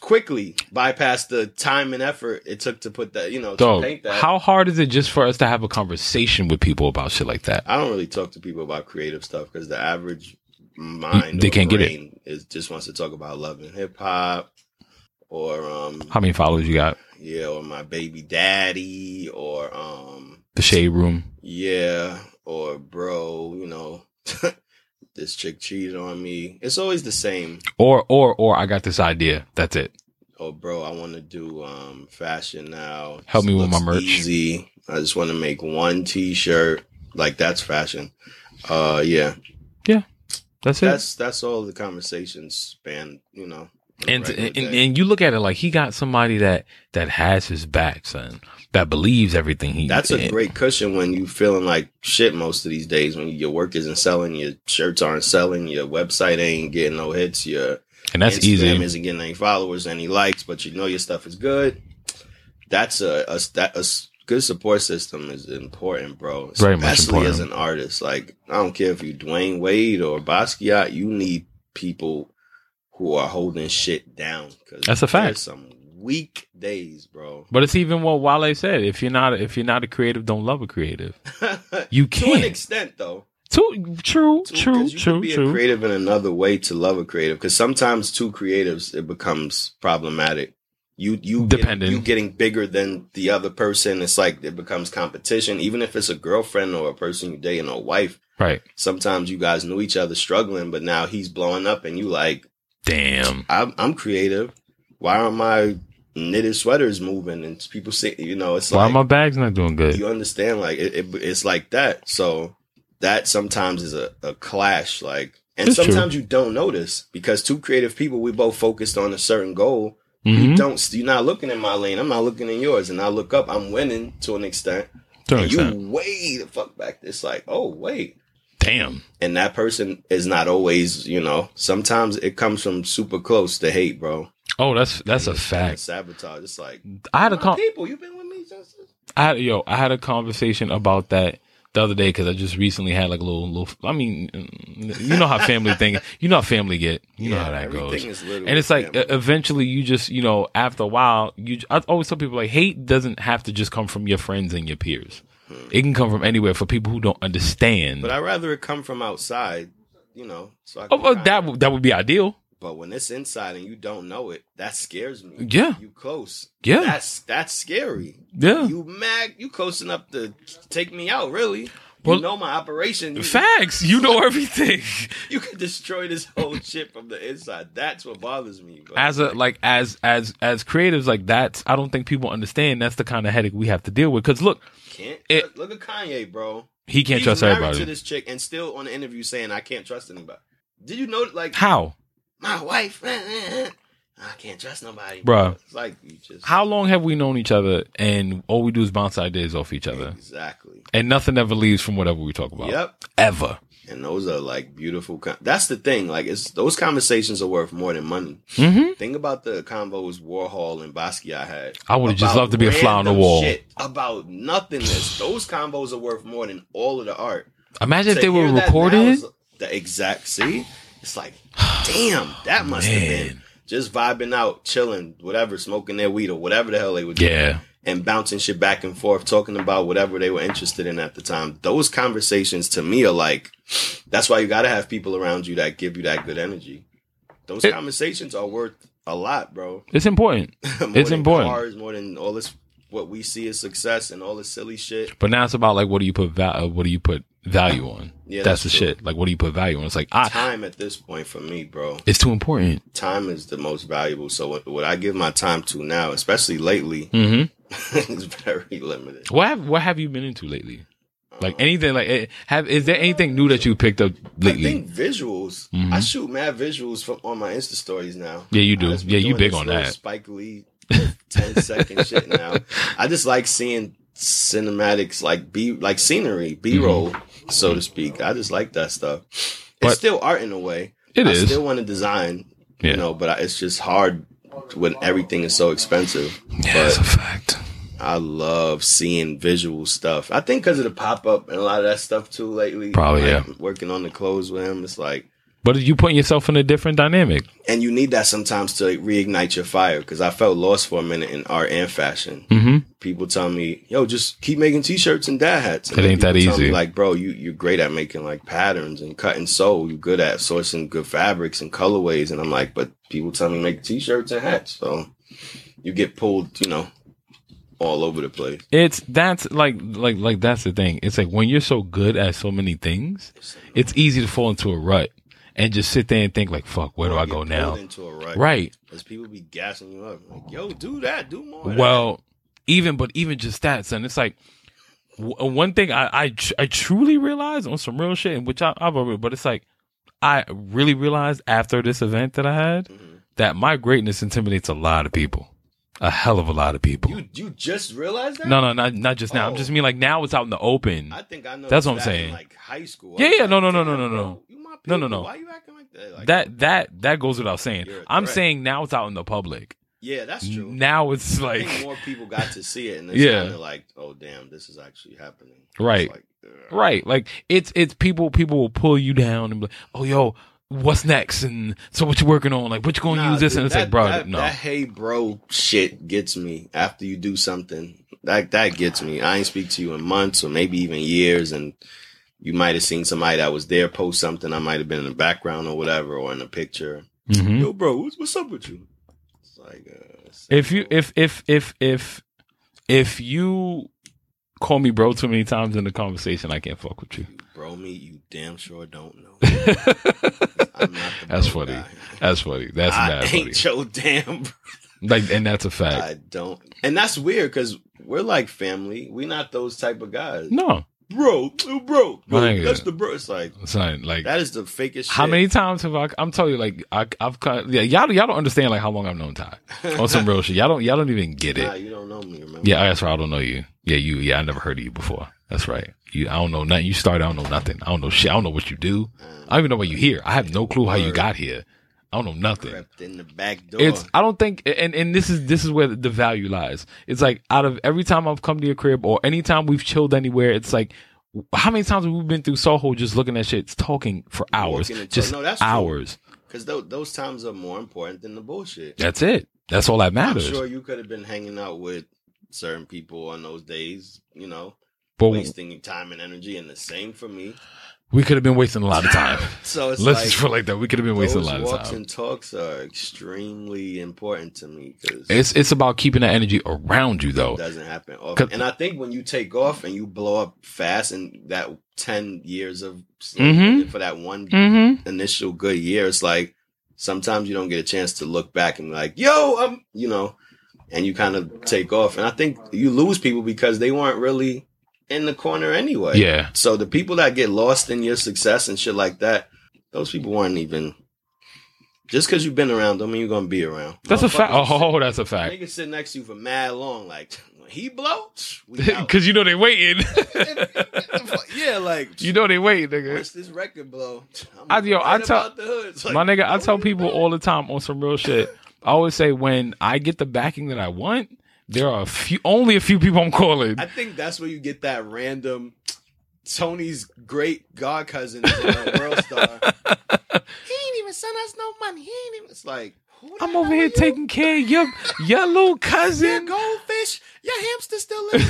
quickly bypass the time and effort it took to put that, you know, Dog, to paint that. how hard is it just for us to have a conversation with people about shit like that? I don't really talk to people about creative stuff because the average mind They or can't get it. brain is just wants to talk about love and hip hop or um How many followers you got? yeah, or my baby daddy or um The Shade Room. yeah, or bro, you know, this chick cheated on me. It's always the same. Or or or I got this idea. That's it. Oh, bro, I want to do um fashion now. Help me This with my looks merch. Easy. I just want to make one T-shirt. Like that's fashion. Uh, yeah, That's it. that's that's all the conversations span. You know, on a and, regular and day. and you look at it like he got somebody that that has his back, son, that believes everything he. that's a and- great cushion when you feeling like shit most of these days. When your work isn't selling, your shirts aren't selling, your website ain't getting no hits, your and that's Instagram easy. Isn't getting any followers, any likes, but you know your stuff is good. That's a a, that, a s- good support system is important, bro. Very much Especially important. as an artist. Like I don't care if you Dwayne Wade or Basquiat, you need people who are holding shit down. 'cause That's a fact. there's Some weak days, bro. But it's even what Wale said. If you're not if you're not a creative, don't love a creative. You to an can't. extent, though. Too true, too, true, 'cause you true, can be a true. creative in another way to love a creative because sometimes two creatives it becomes problematic you you get- Dependent. you getting bigger than the other person it's like it becomes competition even if it's a girlfriend or a person you dating or wife Right. sometimes you guys knew each other struggling but now he's blowing up and you like Damn. i'm, I'm creative why are my knitted sweaters moving and people say you know it's Why like my bag's not doing good? you understand like it, it, it's like that so that sometimes is a, a clash like and It's true. sometimes you don't notice because two creative people we both focused on a certain goal Mhm. you don't you're not looking in my lane i'm not looking in yours and i look up i'm winning to an extent To an and extent. you way the fuck back it's like oh wait Damn. and that person is not always you know sometimes it comes from super close to hate bro Oh, that's that's a And fact. sabotage it's like I had a my con- people you've been with me since I had, yo, I had a conversation about that the other day because I just recently had like a little, little. I mean, mm, you know how family thing, you know how family get, you know Yeah, how that goes, everything is literally and it's like family. e- eventually you just, you know, after a while, you. j- I always tell people like hate doesn't have to just come from your friends and your peers. It can come from anywhere for people who don't understand. But I'd rather it come from outside, you know. So I oh, can well, kinda- that w- that would be ideal. but when it's inside and you don't know it, that scares me. Yeah. You close. Yeah. That's that's scary. Yeah. You mad you close enough to take me out, really. Well- you know my operation. You, Facts. You know everything. you could destroy this whole shit from the inside. That's what bothers me. But as a like as as as creatives like that's I don't think people understand that's the kind of headache we have to deal with cuz look can't it- look, look at Kanye, bro. he can't He's trust married everybody to this chick and still on the interview saying I can't trust anybody. Did you know like How? my wife I can't trust nobody. Bruh. It's like you just How long have we known each other and all we do is bounce ideas off each other? Exactly. And nothing ever leaves from whatever we talk about. Yep. Ever. And those are like beautiful. Con- That's the thing. Like it's those conversations are worth more than money. Mhm. Think about the convos Warhol and Basquiat had. I would've just About loved to be a fly on the random wall. Shit about nothingness. those convos are worth more than all of the art. Imagine if To they were hear that now recorded. is The exact. See, it's like, damn, that must have been Man. just vibing out, chilling, whatever, smoking their weed or whatever the hell they were doing Yeah. and bouncing shit back and forth, talking about whatever they were interested in at the time. Those conversations to me are like, that's why you got to have people around you that give you that good energy. Those It- conversations are worth a lot, bro. It's important. More It's than important. Cars, more than all this, what we see as success and all this silly shit. But now it's about like what do you put val- uh, what do you put value on? Yeah, that's, that's the true. shit. Like what do you put value on? It's like I Time at this point for me, bro. it's too important. Time is the most valuable. So what, what I give my time to now, especially lately, Mhm. is very limited. What have, what have you been into lately? Like anything like eh, have is there anything new that you picked up lately? I think visuals. I shoot mad visuals from on my Insta stories now. Mm-hmm. Yeah, you do. I just be Yeah, you doing big this on little that. Spike Lee 10 second shit now. I just like seeing cinematics, like B, like scenery, Mm-hmm. B roll, so to speak. I just like that stuff. But- it's still art in a way. It I is. still want to design, Yeah. you know, but I, it's just hard when everything is so expensive. yeah, it's a fact. I love seeing visual stuff. I think because of the pop up and a lot of that stuff too lately. Probably, like, yeah. Working on the clothes with him, it's like, But you putting yourself in a different dynamic. and you need that sometimes to reignite your fire. Because I felt lost for a minute in art and fashion. Mm-hmm. People tell me, "Yo, just keep making t-shirts and dad hats." And It then ain't that people tell me, easy. like, bro, you you're great at making like patterns and cutting soul. You're good at sourcing good fabrics and colorways. And I'm like, but people tell me make t-shirts and hats, so you get pulled, you know, all over the place. It's that's like like like that's the thing. It's like when you're so good at so many things, it's easy to fall into a rut and just sit there and think like, "Fuck, where do I Get go pulled now?" Into a rut. Right. Because people be gassing you up. Like, yo, do that. Do more. of Well, even but even just that, son. It's like w- one thing I I, tr- I truly realized on some real shit, which I, I've already. But it's like I really realized after this event that I had that. Mhm. that my greatness intimidates a lot of people, a hell of a lot of people. You you just realized that? no, no, not not just now. I'm Oh. just mean like now it's out in the open. I think I know. That's what I'm that saying. In, like high school. Yeah, I was yeah, like, no, no, no, no, "Damn, no, bro, no. You my No, no, people. no. Why you acting like that? Like, that that that goes without saying. You're a I'm threat. saying now it's out in the public. Yeah, that's true. Now it's I think like more people got to see it, and it's Yeah. kind of like, oh damn, this is actually happening. It's Right. like, uh, ugh. right, like it's it's people people will pull you down and be like, oh yo, what's next? And so what you working on? Like what you gonna Nah, use this? dude, and it's that- like, bro, that, no, That hey, bro, shit gets me. After you do something, that that gets me. I ain't speak to you in months or maybe even years, and you might have seen somebody that was there post something. I might have been in the background or whatever, or in a picture. Mhm. Yo, bro, what's, what's up with you? It's like, uh, it's if you like, if if if if if you call me bro too many times in the conversation, I can't fuck with you. bro, me, you damn sure don't know. I'm not the that's bro funny. guy. That's funny. That's I mad funny. ain't your damn bro. like, and that's a fact. I don't, and that's weird because we're like family. we not those type of guys. no, bro, bro, bro, Nigga. that's the bro. It's like son. Like that is the fakest. How shit. many times have I? I'm telling you, like I, I've cut. Yeah, y'all, y'all don't understand like how long I've known Ty on some real shit. Y'all don't, y'all don't even get Nah, it. you don't know me. Remember? Yeah, that's right. I don't know you. Yeah, you. Yeah, I never heard of you before. That's right. You, I don't know nothing. You started. I don't know nothing. I don't know shit. I don't know what you do. I don't even know why you here. I have no clue how you got here. I don't know nothing. crept in the back door. It's. I don't think. And and this is this is where the value lies. It's like out of every time I've come to your crib or any time we've chilled anywhere, it's like. How many times have we been through Soho just looking at shit, talking for hours, into- just No, that's true. hours? because those times are more important than the bullshit. That's it. That's all that I'm matters. sure you could have been hanging out with certain people on those days. You know, but wasting your time and energy, and the same for me. we could have been wasting a lot of time. So it's Let's like just feel like that. We could have been wasting a those lot of walks time. and talks are extremely important to me because It's it's about keeping that energy around you though. doesn't happen often. 'Cause- And I think when you take off and you blow up fast, and that ten years of Mhm. for that one Mm-hmm. initial good year, it's like sometimes you don't get a chance to look back and be like, "Yo, I'm," you know, and you kind of take off. And I think you lose people because they weren't really in the corner anyway. Yeah. So the people that get lost in your success and shit like that, those people weren't even. Just because you've been around, don't mean you're gonna be around. That's a fact. Motherfuckers- Oh, that's a fact. Niggas sit next to you for mad long, like when he blow, we out. Because you know they waiting. yeah, like you know they waiting, nigga. once this record blow, I'm I- yo, I right tell- about the hood. It's like, My nigga, I no, tell you people not. all the time on some real shit. I always say when I get the backing that I want, there are a few only a few people I'm calling. I think that's where you get that random Tony's great god cousin is a world star. he ain't even send us no money. He ain't even. It's like who the I'm hell over here you? taking care of your your little your cousin. goldfish. Your hamster still living.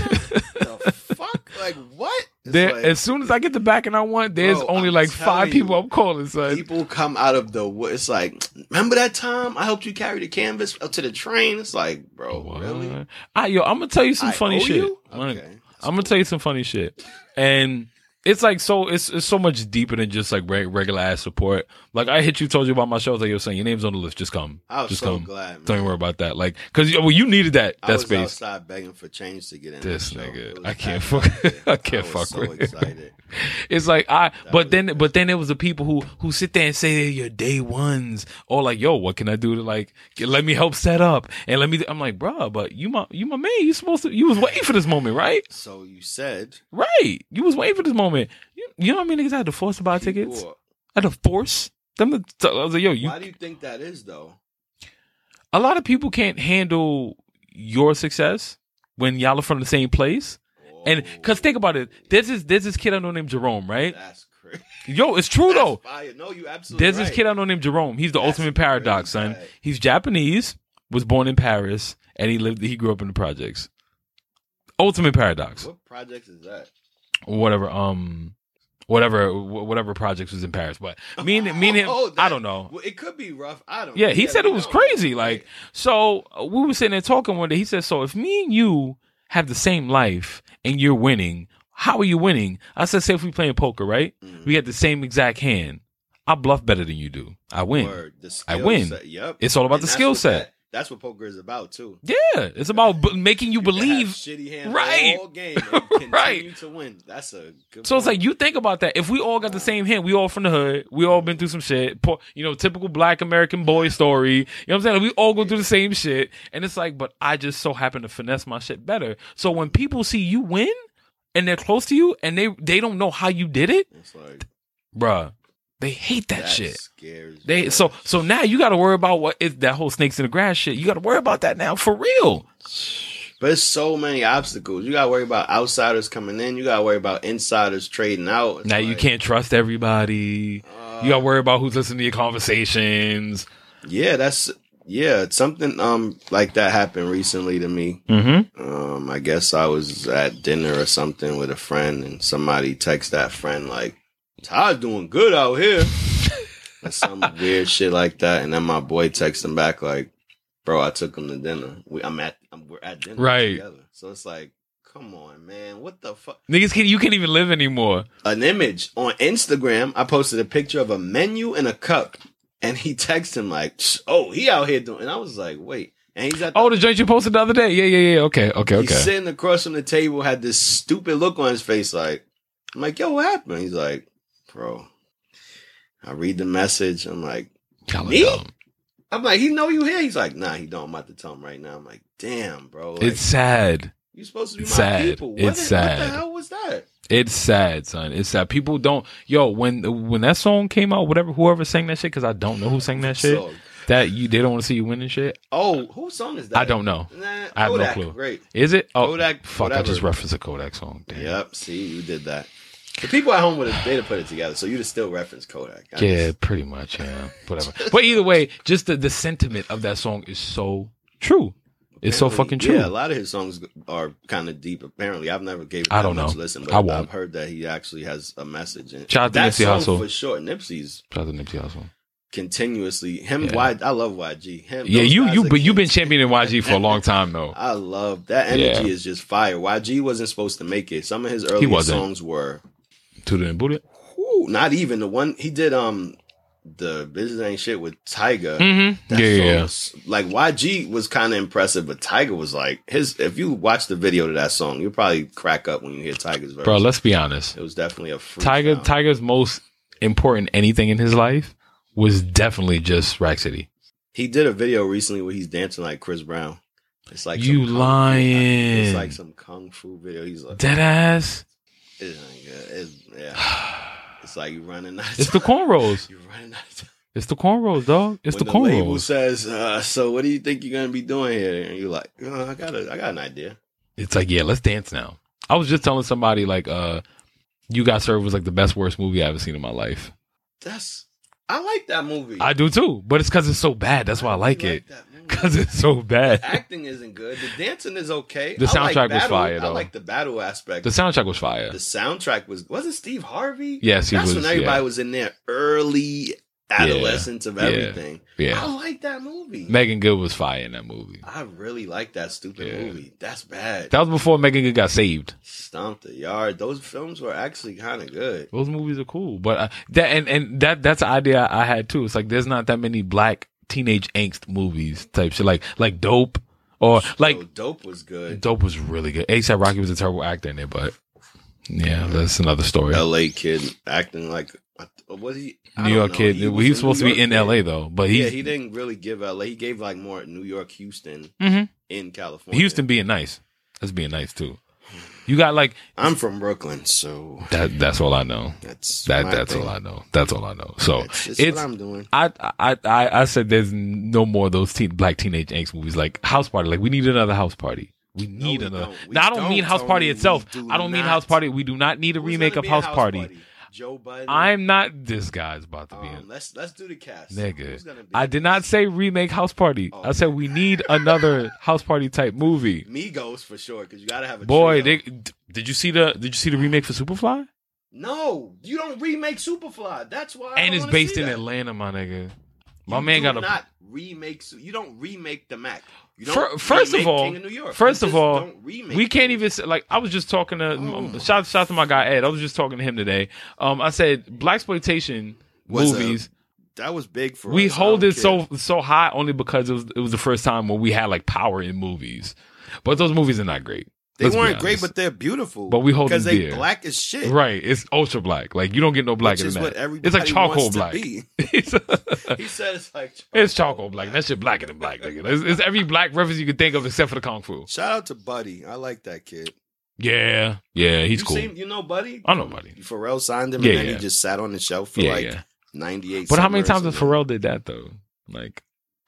on the fuck? Like what? It's There, like- as soon as I get the back and I want, there's Bro, only I'm like telling five you, people I'm calling, son. people come out of the wo- it's like remember that time i helped you carry the canvas up to the train it's like bro really I, Uh, yo, I'm gonna tell you some I funny owe shit. you? Like, Okay. I'm gonna tell you some funny shit, and it's like so it's it's so much deeper than just like reg- regular ass support. Like I hit you, told you about my show. I was like, yo, saying your name's on the list. Just come. I was just so come. glad. Man. Don't even worry about that. Like, cause you- well, you needed that I that was space. outside begging for change to get in. This that show. nigga. It was I can't packed fuck- out there. I can't was fuck so with it. excited. It's like I, was but then, interesting. but then there was the people who who sit there and say they're your day ones, or like, yo, what can I do to like, get- let me help set up, and let me. do-" I'm like, bruh, but you my you my man. You supposed to. You was waiting for this moment, right? So you said Right. You was waiting for this moment. You, you know what I mean? Niggas I had to force to buy tickets. before. I had to force them to. t- I was like, yo, you. Why do you think that is though? A lot of people can't handle your success when y'all are from the same place, and Oh. cause think about it. There's this there's this kid I know named Jerome, right? That's crazy. Yo, it's true That's though. fire. No, you absolutely. There's right. this kid I know named Jerome. He's the That's ultimate crazy, paradox, son. right. He's Japanese, was born in Paris, and he lived. He grew up in the projects. Ultimate paradox. What project is that? Whatever. Um. Whatever. wh- Whatever projects was in Paris, but me and me and him. Oh, that- I don't know. Well, it could be rough. I don't. Yeah, he you said never it was know. crazy. Like, so uh, we were sitting there talking one day. He said, "So if me and you have the same life and you're winning, how are you winning?" I said, "Say if we playing poker, right? Mhm. We had the same exact hand. I bluff better than you do. I win. Word. The I skill win. set. Yep. It's all about And the that's skill what set. that- that's what poker is about too. Yeah, it's about b- making you can have believe." shitty hands Right. all game and continue Right. to win. That's a good So it's point. like you think about that. If we all got the same hand, we all from the hood, we all been through some shit. Po- you know, typical Black American boy story. You know what I'm saying? Like, we all go through the same shit, and it's like, but I just so happen to finesse my shit better. So when people see you win, and they're close to you, and they they don't know how you did it, it's like bruh, they hate that that shit. scares They me. so so now you got to worry about what is that whole snakes in the grass shit. You got to worry about that now for real. But it's so many obstacles. You gotta worry about outsiders coming in. You gotta worry about insiders trading out. It's Now you like, can't trust everybody. uh, You got to worry about who's listening to your conversations. yeah, that's yeah. Something um like that happened recently to me. Mm-hmm. Um, I guess I was at dinner or something with a friend, and somebody texted that friend like, "Todd's doing good out here," or some weird shit like that. And then my boy texts him back like, "Bro, I took him to dinner. We, I'm at, I'm, we're at dinner Right. together." So it's like, come on, man, what the fuck? Niggas can you can't even live anymore. An image on Instagram. I posted a picture of a menu and a cup, and he texts him like, "Psh, "Oh, he out here doing." And I was like, "Wait." And he's at the Oh, the joint you posted the other day. Yeah, yeah, yeah. Okay, okay, He's okay. sitting across from the table, had this stupid look on his face, like, I'm like, yo, what happened? He's like, bro, I read the message. I'm like, Y'all are Me? dumb. I'm like, he know you here. He's like, nah, he don't. I'm about to tell him right now. I'm like, damn, bro. Like, It's sad. you supposed to be my it's sad. people. What, It's the, what sad. the hell was that? It's sad, son. It's sad. People don't. Yo, when when that song came out, whatever, whoever sang that shit, because I don't know who sang that shit. So- that you they don't want to see you winning shit. oh, whose song is that? I don't know. Nah, I have no Kodak, clue. Great. Is it? Oh, Kodak, fuck! I just whatever. referenced a Kodak song. Damn. Yep. See, you did that. The people at home would have they'd have put it together, so you'd have still referenced Kodak. I Yeah, just- pretty much. Yeah, whatever. but either way, just the the sentiment of that song is so true. It's so Apparently- fucking true. Yeah, a lot of his songs are kind of deep. Apparently, I've never gave. it I that don't know. much Listen, but I won't. I've heard that he actually has a message. In, Shout out to that Nipsey song Hussle. for sure. Nipsey's Shout out to Nipsey Hussle. continuously him. Yeah. Y, I love YG. Him. Yeah, those you guys you are but you've been kids. championing YG for a long time though. I love that energy. Is just fire. YG wasn't supposed to make it. Some of his earlier wasn't. songs were Tutor and Buddha. whew, not even the one he did. Um, the business ain't shit with Tyga. Mm-hmm. That Yeah, yeah, yeah. song was- like YG was kind of impressive, but Tiger was like his. If you watch the video to that song, you'll probably crack up when you hear Tiger's verse. Bro, let's be honest. it was definitely a freak Tiger, out. Tiger's most important anything in his life was definitely just Rack City. He did a video recently where he's dancing like Chris Brown. It's like You some kung fu- lying. it's like some kung fu video. He's like, Dead ass. it's, like, uh, it's- yeah. It's like you running out. Of It's the time. cornrows. You running out. Of time. It's the cornrows, dog. It's When the label cornrows. says, uh, "So what do you think you're gonna be doing here?" And you're like, "Uh, "I got a, I got an idea." It's like, yeah, let's dance now. I was just telling somebody like, uh, you got served was like the best worst movie I ever seen in my life. That's I like that movie. I do too, but it's because it's so bad. That's why I like really it that movie. because it's so bad. acting isn't good. The dancing is okay. The I like soundtrack was battle- fire, I though. like the battle aspect. The The, soundtrack was fire. soundtrack was wasn't Steve Harvey. Yes, he that's was, when everybody yeah. was in their early adolescence of Yeah. everything. I Yeah. like that movie. Megan Good was fire in that movie. I really like that stupid Yeah. movie. That's bad. That was before Megan Good got saved. Stomp the yard. Those films were actually kind of good. Those movies are cool, but uh, that and and that that's the idea I had too. It's like there's not that many black teenage angst movies type shit, like like Dope or like Yo, dope was good. Dope was really good. ASAP Rocky was a terrible actor in it, but yeah, that's another story. L.A. kid acting like was he I New don't York know. kid. He was, a supposed New to be in York kid. L.A. though, but he's, yeah, he didn't really give L.A. He gave like more New York, Houston, Mhm. in California. Houston being nice. That's being nice too. You got like I'm from Brooklyn, so That that's all I know. that's That my that's thing. all I know. That's all I know. So That's, it's, that's what I'm doing. I, I I I said there's no more of those teen, black teenage angst movies like House Party. Like we need another House Party. We No, need we another. don't. We now, I don't don't, mean House Tony. Party We itself. do I don't mean not. House Party. We do not need a Who's remake gonna of be in House, Party. Joe Budden. I'm not. This guy's about to be. Um, in let's let's do the cast. Who's gonna Nigga, be I in did this? not say remake House Party. Oh. I said we need another House Party type movie. Migos for sure because you gotta have a Boy, trio. they, d- did you see the did you see the remake for Superfly? no, you don't remake Superfly. That's why. I And don't it's wanna based see in that. Atlanta, my nigga. My You man do got a not remake. Su- You don't remake the Mac. You Fir- don't first of remake all- King New York. You first of just all, don't remake we can't it. even say, like I was just talking to Oh. shout shout to my guy Ed. I was just talking to him today. Um, I said black exploitation Was a- movies. That was big for we us. I hold don't it so so high only because it was it was the first time when we had like power in movies. But those movies are not great. They Let's be weren't great, honest. but they're beautiful. But we hold because them they dear. black as shit. right, it's ultra black. Like you don't get no black Which in is what that. everybody It's like charcoal wants to black. be. it's, He said it's like it's charcoal black. That shit blacker than black. Nigga. It's, it's every black reference you could think of except for the kung fu. Shout out to Buddy. I like that kid. Yeah, yeah, he's you cool. seen- you know Buddy? I know, buddy. Pharrell signed him, Yeah, and then yeah. he just sat on the shelf for Yeah, like yeah. 98 But how many times summers has and then- Pharrell did that though? Like,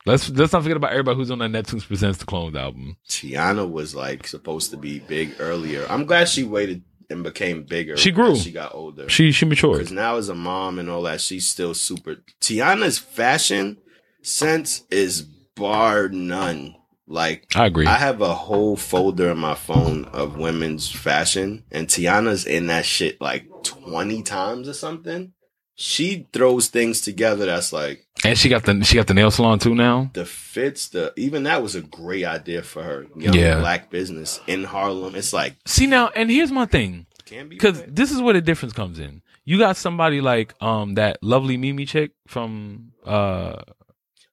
let's let's not forget about everybody who's on that Neptune's Presents the Clones album. Tiana was like supposed to be big earlier. I'm glad she waited and became bigger. She grew. As she got older. She she matured. Because now as a mom and all that, she's still super. Tiana's fashion sense is bar none. Like I agree. I have a whole folder in my phone of women's fashion, and Tiana's in that shit like twenty times or something. She throws things together that's like and she got the she got the nail salon too now. the fits, the even that was a great idea for her. Young Yeah. black business in Harlem. It's like See now, and here's my thing, can be because bad. this is where the difference comes in. You got somebody like um that lovely Mimi chick from uh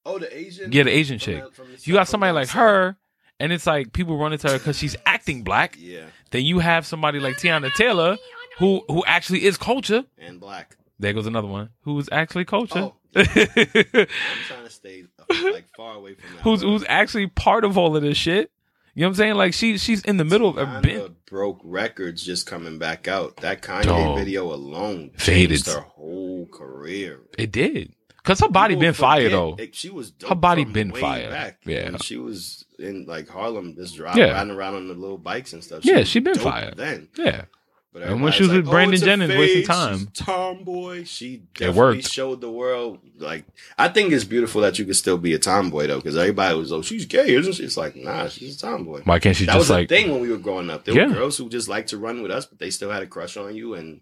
oh the Asian yeah the Asian from chick. the- from the You got South, somebody from like the South. her, and it's like people run into her because she's acting black. yeah, Then you have somebody like Tiana Taylor, who who actually is culture. and black. Oh, There goes another one who's actually culture. I'm trying to stay uh, like far away from that. who's word. who's actually part of all of this shit. You know what I'm saying? Like she she's in the middle of a Rihanna bit. broke records just coming back out. That Kanye Dog. video alone Faded. changed her whole career. It did. Cause her body People been fire forget- though. it- she was dope Her body from been way fire. Back. Yeah. When she was in like Harlem, just driving Yeah. riding around on the little bikes and stuff. Yeah, was she been dope fire. then. Yeah. But And when everybody's she was with like, "Oh, Brandon it's a Jennings, wasting phase, time. she's a tomboy. She definitely worked. showed the world. Like I think it's beautiful that you could still be a tomboy though, because everybody was like, "She's gay, isn't she?" It's like, nah, she's a tomboy Why can't she that just was the like thing when we were growing up. There Yeah. were girls who just liked to run with us, but they still had a crush on you and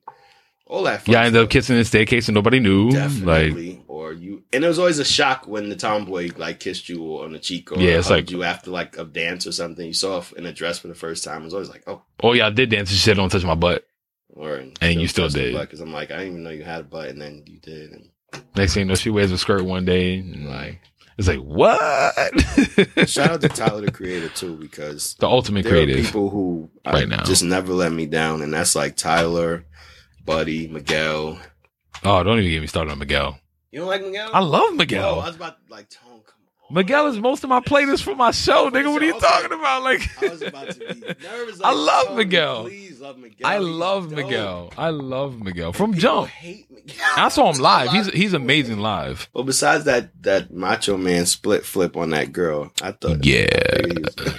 all that. fun yeah, I ended up stuff. kissing in the staircase and nobody knew. Like Definitely, or you, and it was always a shock when the tomboy like kissed you on the cheek or Yeah, it's hugged like- you after like a dance or something. You saw her in a dress for the first time. It was always like, oh, oh yeah, I did dance and she said don't touch my butt. or And you still did. because I'm like, I didn't even know you had a butt, and then you did. And Next thing you know, she wears a skirt one day and like it's like what? shout out to Tyler the Creator too, because the ultimate there are creative. people who uh, right now. just never let me down, and that's like Tyler, Buddy, Miguel. oh, don't even get me started on Miguel. You don't like Miguel? I love Whoa, I Miguel. was about to, like, Tone, come on. Miguel is most of my playlist for my show, nigga. What are you Okay. talking about? Like I was about to be nervous. I Like, love Tone, Miguel. Please love Miguel. I He's love dope. Miguel. I love Miguel from People Jump. hate Miguel. I saw him live. He's Like, he's amazing live. Well, besides that, that Macho Man split flip on that girl, I thought. Yeah. he was-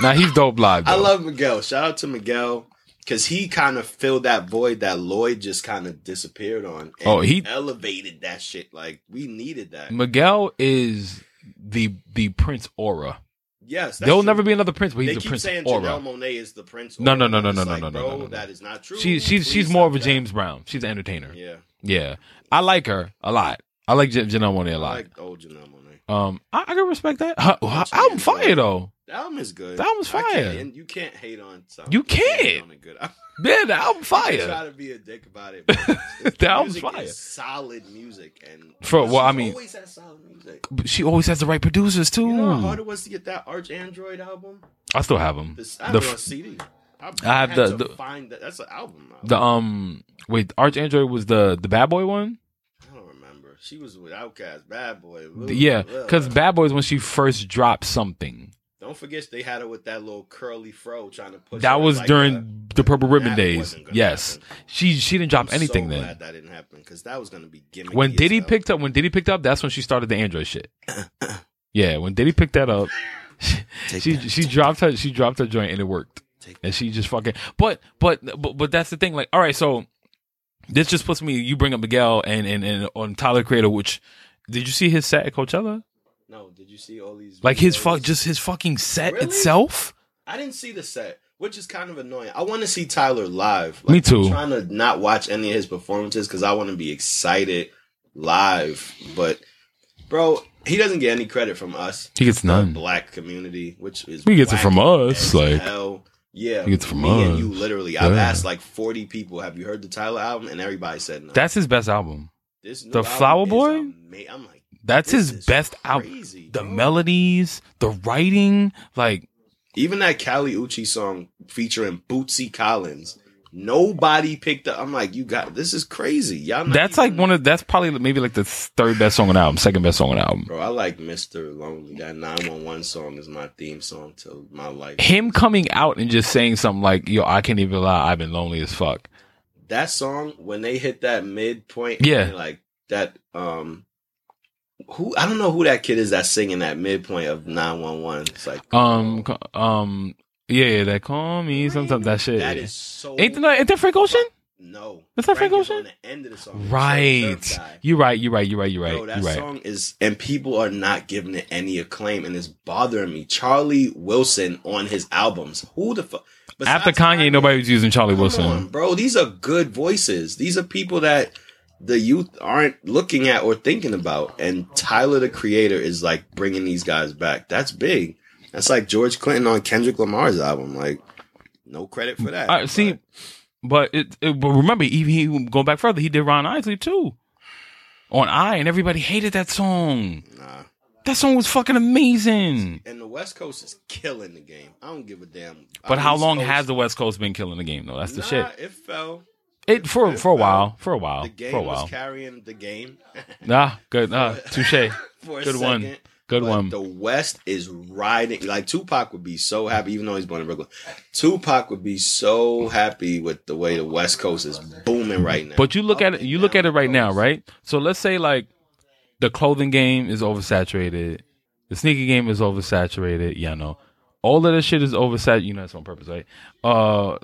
Now he's dope live. Though. I love Miguel. Shout out to Miguel because he kind of filled that void that Lloyd just kind of disappeared on. and Oh, he- elevated that shit. Like we needed that. Miguel is the the Prince aura. Yes, that's There'll true. never be another Prince, but he's they the keep Prince saying Janelle aura. Monet is the Prince. No, aura, no, no, no, and no, it's no, like, no, no, bro, no, no. That is not true. She she's Please she's more of stop a that. James Brown. She's an entertainer. Yeah. Yeah, I like her a lot. I like Jan- Janelle Monae a I lot. like the old Janelle Monae. um, I, I can respect that. Her, her album fire though. The album is good. The album's I can't- fire. and you can't hate on something. You hate can't. on a good album. Yeah, the album You can fire. Try to be a dick about it. but The album's music fire. Is solid music and For- well, I she's mean- always had solid music. But she always has the right producers too. You know how hard it was to get that Arch Android album? I still have them. This, I have The it on f- CD. I, I have had the- to the- find that. That's an album. album. The um, wait, Arch Android was the the Bad Boy one. I don't remember. She was with Outkast, Bad Boy. Lil- Yeah, Lil. because Bad Boy is when she first dropped something. don't forget they had her with that little curly fro trying to push. That her was like during a- the Purple Ribbon That days. wasn't gonna Yes, happen. she she didn't drop I'm so anything then. Glad that didn't happen because that was gonna be gimmicky. when as Diddy hell. picked up when Diddy picked up, that's when she started the Android shit. yeah, when Diddy picked that up, Take she that. she dropped her she dropped her joint and it worked. Take And she just fucking but but but but that's the thing. Like, all right, so this just puts me you bring up Miguel and and, and on Tyler Creator, which did you see his set at Coachella? no, did you see all these? Like his videos? fuck just his fucking set Really? itself? I didn't see the set, which is kind of annoying. I want to see Tyler live. Me too. I'm trying to not watch any of his performances because I want to be excited live. But bro, he doesn't get any credit from us, He gets the none. black community, which is He gets it whack from us, as like hell. Yeah, he gets it from me and us. you. Literally, I've Yeah. asked like forty people, "Have you heard the Tyler album?" And everybody said no. that's his best album. This new the album Flower is Boy? ama- I'm like, That's This his is best album. crazy, The bro. melodies, the writing, like Even that Cali Uchi song featuring Bootsy Collins, nobody picked up. I'm like, you got this is crazy. Y'all not That's even- like one of that's probably maybe like the third best song on the album, second best song on the album. Bro, I like Mr. Lonely. That 911 song is my theme song to my life. Him coming out and just saying something like, "Yo, I can't even lie, I've been lonely as fuck." That song, when they hit that midpoint, Yeah. and, like that um who I don't know who that kid is that's singing that midpoint of 911. It's like Um, co- um, yeah, yeah, that call me sometimes that shit. that is so ain't that ain't that Frank Ocean? No. That's not Frank is Ocean? on the end of the song. Surf Right. guy. You're right. You're right. You're right. You're right. Bro, that you're right. song is, and people are not giving it any acclaim, and it's bothering me. Charlie Wilson on his albums. Who the fuck? After Kanye, nobody was using Charlie Wilson. bro, these are good voices. These are people that the youth aren't looking at or thinking about. And Tyler, the creator, is like bringing these guys back. That's big. That's like George Clinton on Kendrick Lamar's album. Like, no credit for that. I Uh, see, but But it, it- but remember, even he going back further, he did Ron Isley too on I, and everybody hated that song. nah. That song was fucking amazing. And the West Coast is killing the game. I don't give a damn. But how East long Coast- has the West Coast been killing the game though? That's the Nah, shit. It fell. It for it for a fell. while, for a while, The game Oh, for a was while. carrying the game. Nah, good, nah, touche. for a Good second, one, good but one. The West is riding. Like Tupac would be so happy, even though he's born in Brooklyn. Tupac would be so happy with the way the West Coast is booming right now. But you look at it, Up you and look at it down right now, goes. right? So let's say like the clothing game is oversaturated, the sneaker game is oversaturated. Yeah, no, all of this shit is oversaturated. You know that's on purpose, right? Uh,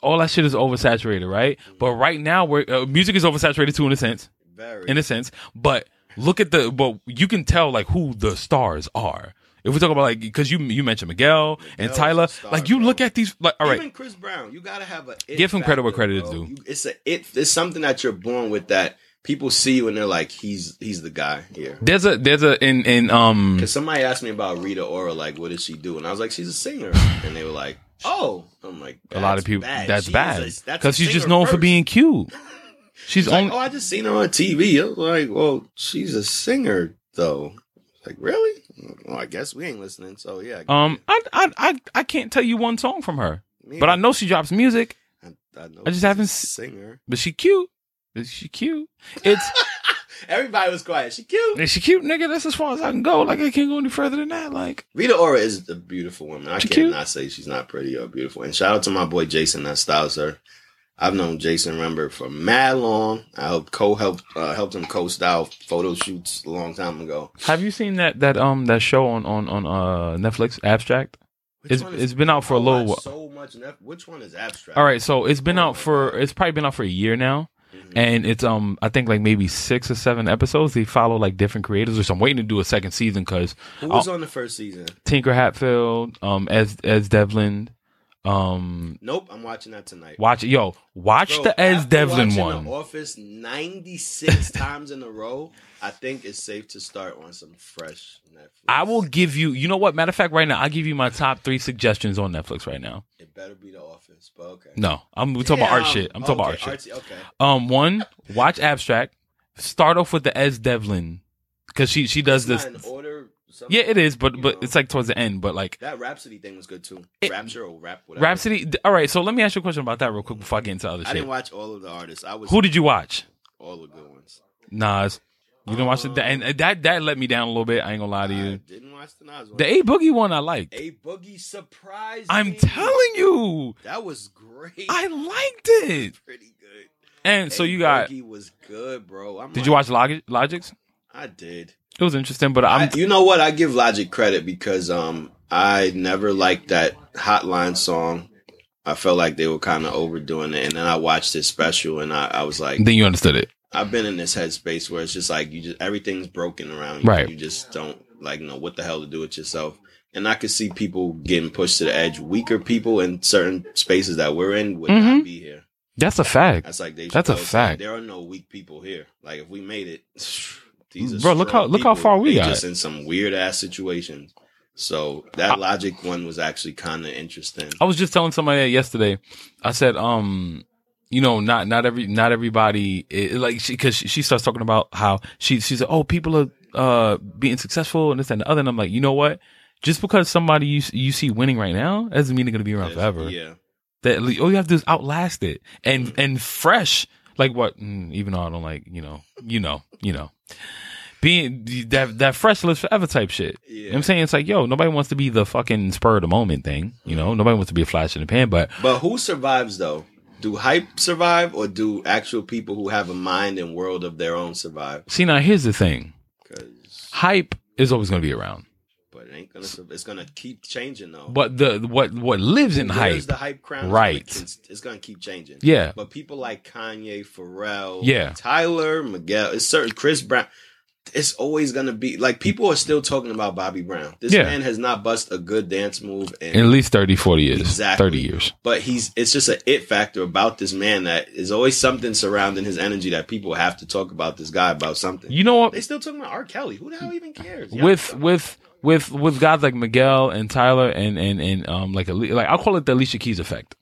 all that shit is oversaturated, right? But right now, we're uh, music is oversaturated too, in a sense. Very. in a sense. But look at the but you can tell like who the stars are. If we talk about like because you you mentioned Miguel and Miguel's Tyler, a star, like you bro. look at these like all right, Even Chris Brown, you gotta have a it Give him credit where factor, credit is bro. due. You- It's a it. It's something that you're born with that people see you and they're like, he's he's the guy here. there's a there's a in in um Because somebody asked me about Rita Ora, like, what does she do? And I was like, she's a singer. And they were like, oh. I'm like, a lot of "That's people bad. that's She's bad a- that's a because she's just singer known for first." being cute. She's She's like, only oh, I just seen her on TV. I was like, well, she's a singer, though. Like, really? Well, I guess we ain't listening. So, yeah. um I, I I I can't tell you one song from her, me- but I know she drops music. I, know I just she's haven't a s- singer. But she cute. Is she cute? It's Everybody was quiet. She cute. is she cute, nigga. That's as far as I can go. Like I can't go any further than that. Like Rita Ora is a beautiful woman. I She cannot cute. say she's not pretty or beautiful. And shout out to my boy Jason that styles her. I've known Jason Rember for mad long. I helped co help uh, helped him co style photo shoots a long time ago. Have you seen that that um that show on on on uh Netflix Abstract? Which It's- one is- it's been out for a I little watch whi- So much. Nef- Which one is abstract? All right, so it's been Oh out my for God. it's probably been out for a year now, Mhm. and it's um I think like maybe six or seven episodes. They follow like different creators, or so I'm waiting to do a second season because Who was on the first season? Tinker Hatfield, um as as Devlin, Um, Nope, I'm watching that tonight. watch yo, watch Bro, the Ez after Devlin watching one. The Office 96 times in a row. I think it's safe to start on some fresh Netflix. I will give you. You know what? Matter of fact, right now I'll give you my top three suggestions on Netflix right now. It better be The Office, but okay. No, I'm we're talking about art Damn. shit. I'm talking about art Okay, shit. artsy, Okay. Um, one, watch Abstract. Start off with the Ez Devlin because she she does It's this. not in order. something, Yeah, it is, but you but know. it's like towards the end. But like that Rhapsody thing was good too. It- Rapture or rap, whatever. Rhapsody. d- All right, so let me ask you a question about that real quick before I get into other I shit. didn't watch all of the artists. I was Who did you watch? all the good ones. Nas. You didn't watch it, and and that that let me down a little bit. I ain't gonna lie to I you. didn't watch the Nas one. The A Boogie one I liked. A Boogie surprised. I'm me. telling you, That was great. I liked it. pretty good. And so A you got. Boogie was good, bro. I'm Did you like- watch Log- Logic's? I did. It was interesting, but I'm I, you know what? I give Logic credit because um I never liked that Hotline song. I felt like they were kind of overdoing it, and then I watched this special, and I, I was like, then you understood it. I've been in this headspace where it's just like you just everything's broken around you. Right. You just don't like know what the hell to do with yourself. And I could see people getting pushed to the edge. Weaker people in certain spaces that we're in would Mhm. not be here. That's a fact. That's like they. That's a should know, it's like, fact. There are no weak people here. Like if we made it, these are Bro, look strong how- look how people. far we They got. Just in some weird ass situations. So that logic one was actually kind of interesting. I was just telling somebody that yesterday. I said, um, you know, not not every not everybody it, like she because she, she starts talking about how she she's like, oh, people are uh being successful and this and the other, and I'm like, you know what? Just because somebody you s- you see winning right now that doesn't mean they're gonna be around forever. Yeah. That like, all you have to do is outlast it and and fresh. Like what? Mm, even though I don't like you know you know you know being that that fresh lives forever type shit. You know what I'm Yeah. saying it's like, yo, nobody wants to be the fucking spur of the moment thing. You know, nobody wants to be a flash in the pan. But But who survives though? Do hype survive, or do actual people who have a mind and world of their own survive? see, now here's the thing: Because, hype is always going to be around, but it ain't gonna. sur- It's gonna keep changing though. but the what what lives in Where's hype, the hype crown? Right. It's, it's gonna keep changing. yeah, But people like Kanye, Pharrell, Yeah. Tyler, Miguel, it's certain Chris Brown. It's always gonna be like people are still talking about Bobby Brown. This Yeah. man has not bust a good dance move, and in at least 30, 40 years, Exactly. thirty years. but he's it's just an it factor about this man that is always something surrounding his energy that people have to talk about this guy about something. You know what? they still talking about R. Kelly. Who the hell even cares? Yeah. With with with with guys like Miguel and Tyler and and and um like Ale- like I'll call it the Alicia Keys effect.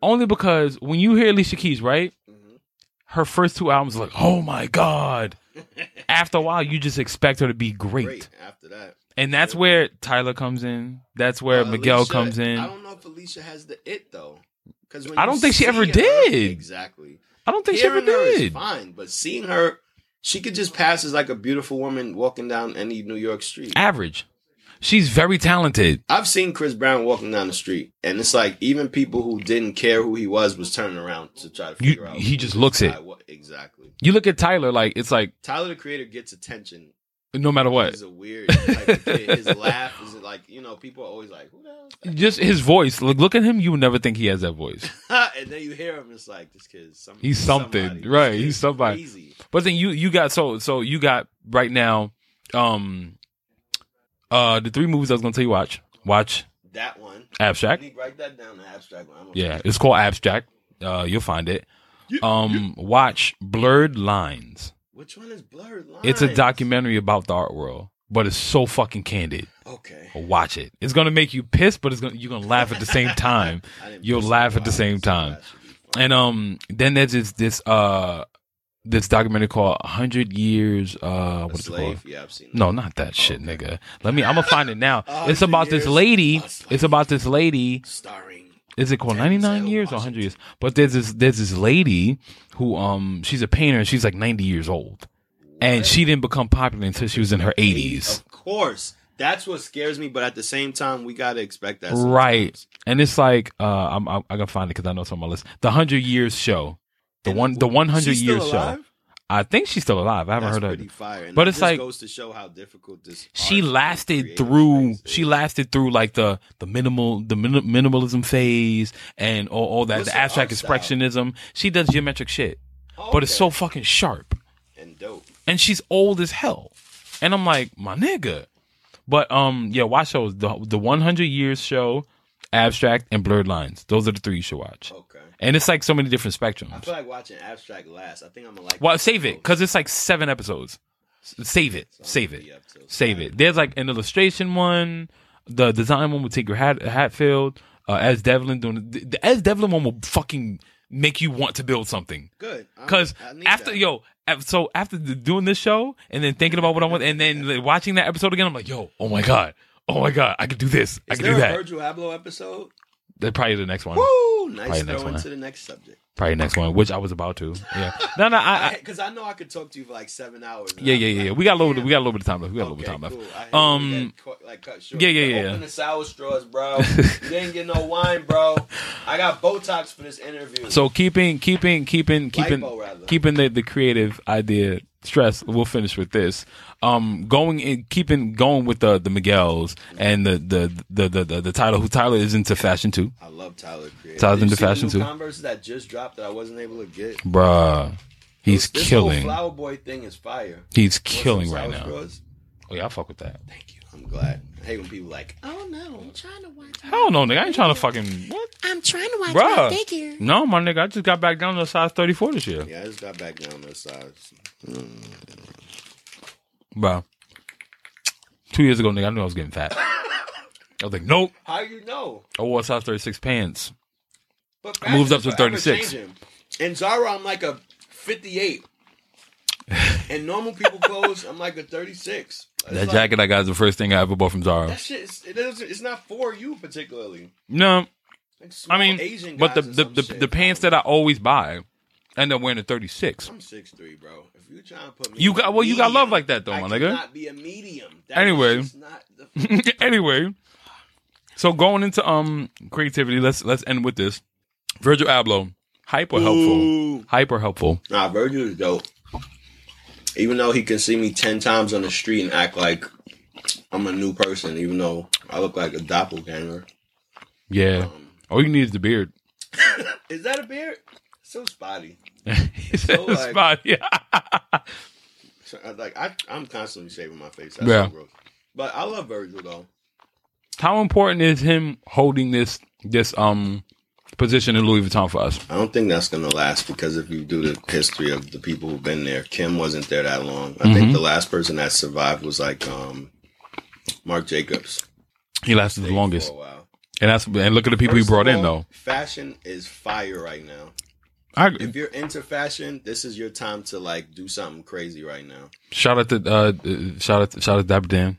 Only because when you hear Alicia Keys, right? Mhm. Her first two albums, are like, oh my god. After a while, you just expect her to be great. Mm-hmm. great after that. And that's where Tyler comes in. That's where Uh, Miguel Alicia- comes in. I don't know if Alicia has the it though. Because I don't think she ever did. Exactly. I don't think she ever Hearing her is did. fine, but seeing her, she could just pass as like a beautiful woman walking down any New York street. Average. She's very talented. I've seen Chris Brown walking down the street, and it's like even people who didn't care who he was was turning around to try to You- figure out. he who just this looks guy it. wa- exactly. You look at Tyler, like it's like Tyler the Creator gets attention. no matter what, He's a weird type of kid. His laugh is like you know people are always like who the hell is that? just his voice. Like look at him, you would never think he has that voice. and then you hear him, it's like this kid's some, He's something, somebody. right, This he's kid's somebody. Crazy. But then you you got so so you got right now, um, uh, the three movies I was gonna tell you watch watch That one. Abstract. You write that down. The abstract one. I'm gonna- Yeah, it's called Abstract. Uh, you'll find it. Um, watch Blurred Lines. Which one is blurred lines? It's a documentary about the art world, but it's so fucking candid. Okay. Watch it. It's gonna make you pissed, but it's gonna you're gonna laugh at the same time. I didn't You'll miss laugh it. at the Wow, same so time. that should be fun. And um, then there's this this uh this documentary called Hundred Years. Uh, A what is it called? slave. Oh, Yeah, I've seen. That. No, not that shit, nigga. Let me. I'm gonna find it now. Oh, it's about this years. lady. Oh, slave. It's about this lady. Starring. Is it called Denzel 99 years or Washington. 100 years? But there's this there's this lady who um she's a painter and she's like 90 years old, and she didn't become popular until she was in her 80s. Of course, that's what scares me. But at the same time, we gotta expect that. sometimes. Right, and it's like uh, I'm I'm, I'm gonna find it because I know it's on my list. The Hundred Years Show, the And one the one hundred she's still years show. alive? I think she's still alive. I haven't That's heard of pretty it. fire. And But that it's just like- goes to show how difficult this. She art and lasted creative through. space is. She lasted through like the the minimal the min, minimalism phase and all, all that What's the her abstract art style? expressionism. She does geometric shit, Oh, but it's okay. so fucking sharp. and dope. and she's old as hell. And I'm like, my nigga. But um, yeah, watch shows the the 100 years show, Abstract, and Blurred Lines. Those are the three you should watch. Okay. And it's like so many different I spectrums. feel like watching Abstract last. I think I'm gonna like. Well, that save it most. because it's like seven episodes. S- Save it, So I'm save gonna it, be up till save Saturday. it. There's like an illustration one, the design one with Tinker Hat- Hatfield, uh, as Devlin doing the, the as Devlin one will fucking make you want to build something. Good. I'm- Cause I need after that. yo, af- so after the, doing this show and then thinking about what I want and then like, watching that episode again, I'm like, yo, oh my god, oh my god, I could do this, I Is could there do a that. Virgil Abloh episode? That's probably the next one, Woo! Probably next Nice throw one. into the next subject. probably next one, which I was about to. Yeah, no, no, I, I Because I, know I could talk to you for like seven hours. and yeah, I'm yeah, yeah, like, yeah. We got a little, bit- we got a little bit of time left. We got a little okay, bit of time left. cool. I hate Um, when we get cut- like cut short. yeah, yeah, Like, yeah. Open the sour straws, bro. you didn't get no wine, bro. I got Botox for this interview. So keeping, keeping, keeping, keeping, Lipo, rather. keeping the, the creative idea stress. We'll finish with this. Um, going in, keeping going with the the Miguel's and the the the the the, the title who Tyler is into fashion too, I love Tyler Creator. Tyler's Did you into see the fashion, new too. Converse that just dropped that I wasn't able to get. bruh. He's this Whole killing. flower boy thing is fire. He's Want some killing sour right now. straws? Oh yeah, I fuck with that. Thank you. I'm glad. I hate when people like, oh no, I'm trying to watch. Hell no, nigga. I ain't trying to fucking what? I'm trying to watch Bruh. my figure. No, my nigga. I just got back down to a size thirty four this year, Yeah, I just got back down those sides. bro. Two years ago, nigga, I knew I was getting fat. I was like, nope. How you know? I wore a size thirty six pants. But I moved up to fashions are 36. ever-changing. And Zara, I'm like a 58. and normal people clothes, I'm like a 36. It's That like, jacket I got is the first thing I ever bought from Zara. That shit, is, it is, it's not for you particularly. No, Like small I mean, Asian but the guys or the, some the, shit. the pants that I always buy end up wearing a 36. I'm 6'3", bro. If you trying to put me, You in got- a well, you got love medium, like that, though, I my nigga. cannot be a medium. That Anyway. is just not the, anyway, so going into um creativity, let's let's end with this. Virgil Abloh, hyper helpful, Ooh. hyper helpful. Nah, Virgil is dope. Even though he can see me ten times on the street and act like I'm a new person, even though I look like a doppelganger. Yeah, Um, all you need is the beard. Is that a beard? So spotty. He said So, the like- spot. Yeah, So, I- Like I, I'm constantly shaving my face. That's Yeah. so gross. But I love Virgil though. how important is him holding this this um position in Louis Vuitton for us? I don't think that's gonna last because if you do the history of the people who've been there, Kim wasn't there that long. I Mm-hmm. think the last person that survived was like um, Mark Jacobs. He lasted the Stayed longest, for a while. and that's and look at the people he First of brought in all, though. Fashion is fire right now. I, if you're into fashion, this is your time to like do something crazy right now. shout out to uh, uh, shout out shout out to Dapper Dan.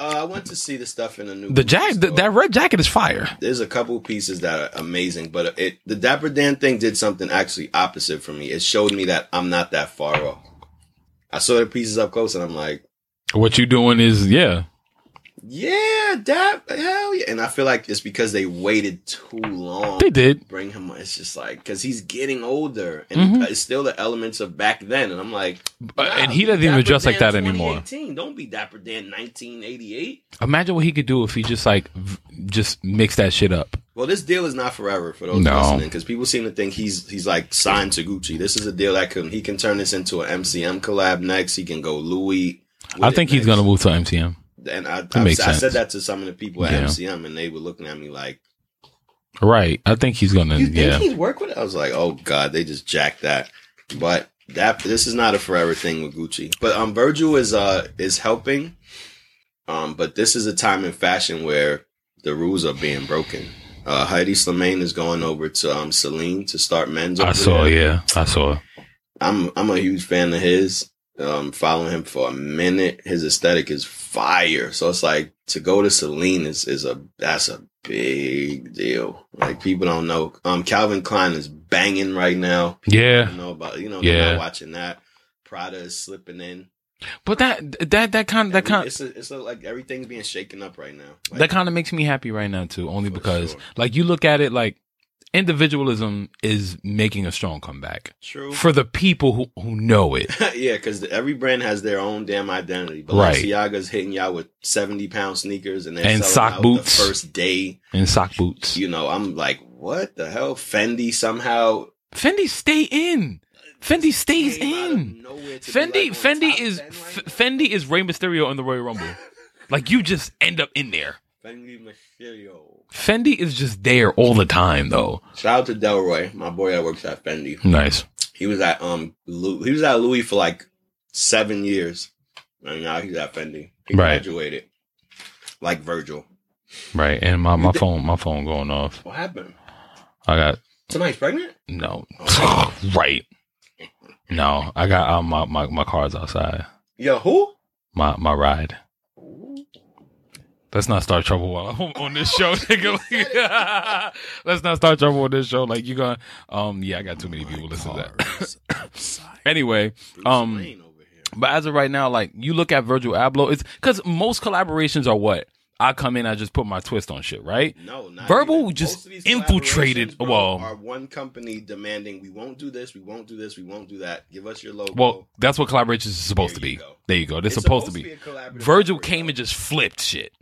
Uh, I want to see the stuff in the new The jacket, store. that red jacket is fire. There's a couple pieces that are amazing, but it the Dapper Dan thing did something actually opposite for me. It showed me that I'm not that far off. I saw the pieces up close, and I'm like, What you doing is yeah. yeah, Dap, hell yeah. And I feel like it's because they waited too long. They did. bring him. It's just like because he's getting older, and Mm-hmm. it's still the elements of back then. And I'm like, Uh, and he nah, doesn't even Dapper dress like Dan that anymore. 2018. Don't be Dapper Dan 1988. Imagine what he could do if he just like v- just mix that shit up. Well, this deal is not forever for those No. listening because people seem to think he's he's like signed to Gucci. This is a deal that can he can turn this into an MCM collab next. He can go Louis. with I it think he's next. gonna move to MCM. And I, I, makes I sense. said that to some of the people at Yeah. MCM, and they were looking at me like, Right. I think he's gonna "You think yeah. he's work with?" It? I was like, "Oh God, they just jacked that." But that this is not a forever thing with Gucci. But um, Virgil is uh is helping. Um, but this is a time in fashion where the rules are being broken. Uh, Heidi Slimane is going over to um Celine to start men's. I over saw there. yeah. I saw. I'm I'm a huge fan of his. Um, following him for a minute, his aesthetic is fire. So it's like to go to Celine is is a that's a big deal. Like people don't know. Um, Calvin Klein is banging right now. Yeah. Don't know about you know they're Yeah. not watching that. Prada is slipping in. But that that that kind that Every- kind it's a, it's a, like everything's being shaken up right now. Like, that kind of makes me happy right now too, only For because sure. like you look at it like individualism is making a strong comeback true. for the people who who know it. yeah, because every brand has their own damn identity. But Right. Balenciaga's hitting y'all with seventy pound sneakers and they're And selling sock out boots. the first day. In sock boots. you know, I'm like, what the hell? Fendi somehow Fendi stay in. Fendi stays came out of in. nowhere to be, Fendi like, on Fendi top is 10 right F- Fendi is Rey Mysterio in the Royal Rumble. like you just end up in there. Fendi Mysterio. Fendi is just there all the time, though. Shout out to Delroy, my boy that works at Fendi. Nice. He was at um Lou- he was at Louis for like seven years, and now he's at Fendi. He Right. graduated, like Virgil. Right. And my, my phone, my phone going off. What happened? I got Somebody's pregnant. no. right. No, I got uh, my, my my car's outside. Yo, who? My my ride. Let's not start trouble while I'm on this show, nigga. Like, Let's not start trouble on this show. Like you gonna um yeah, I got too many people listening to that. anyway, Bruce Um, Wayne over here. But as of right now, like you look at Virgil Abloh, it's because most collaborations are what I come in, I just put my twist on shit, right? No, not Verbal even. just Most of these infiltrated- collaborations, Bro, well- are one company demanding we won't do this, we won't do this, we won't do that. Give us your logo. Well, that's what collaborations is supposed to There you be. go. There you go. They're supposed, to be. a collaborative Virgil effort, came though. and just flipped shit.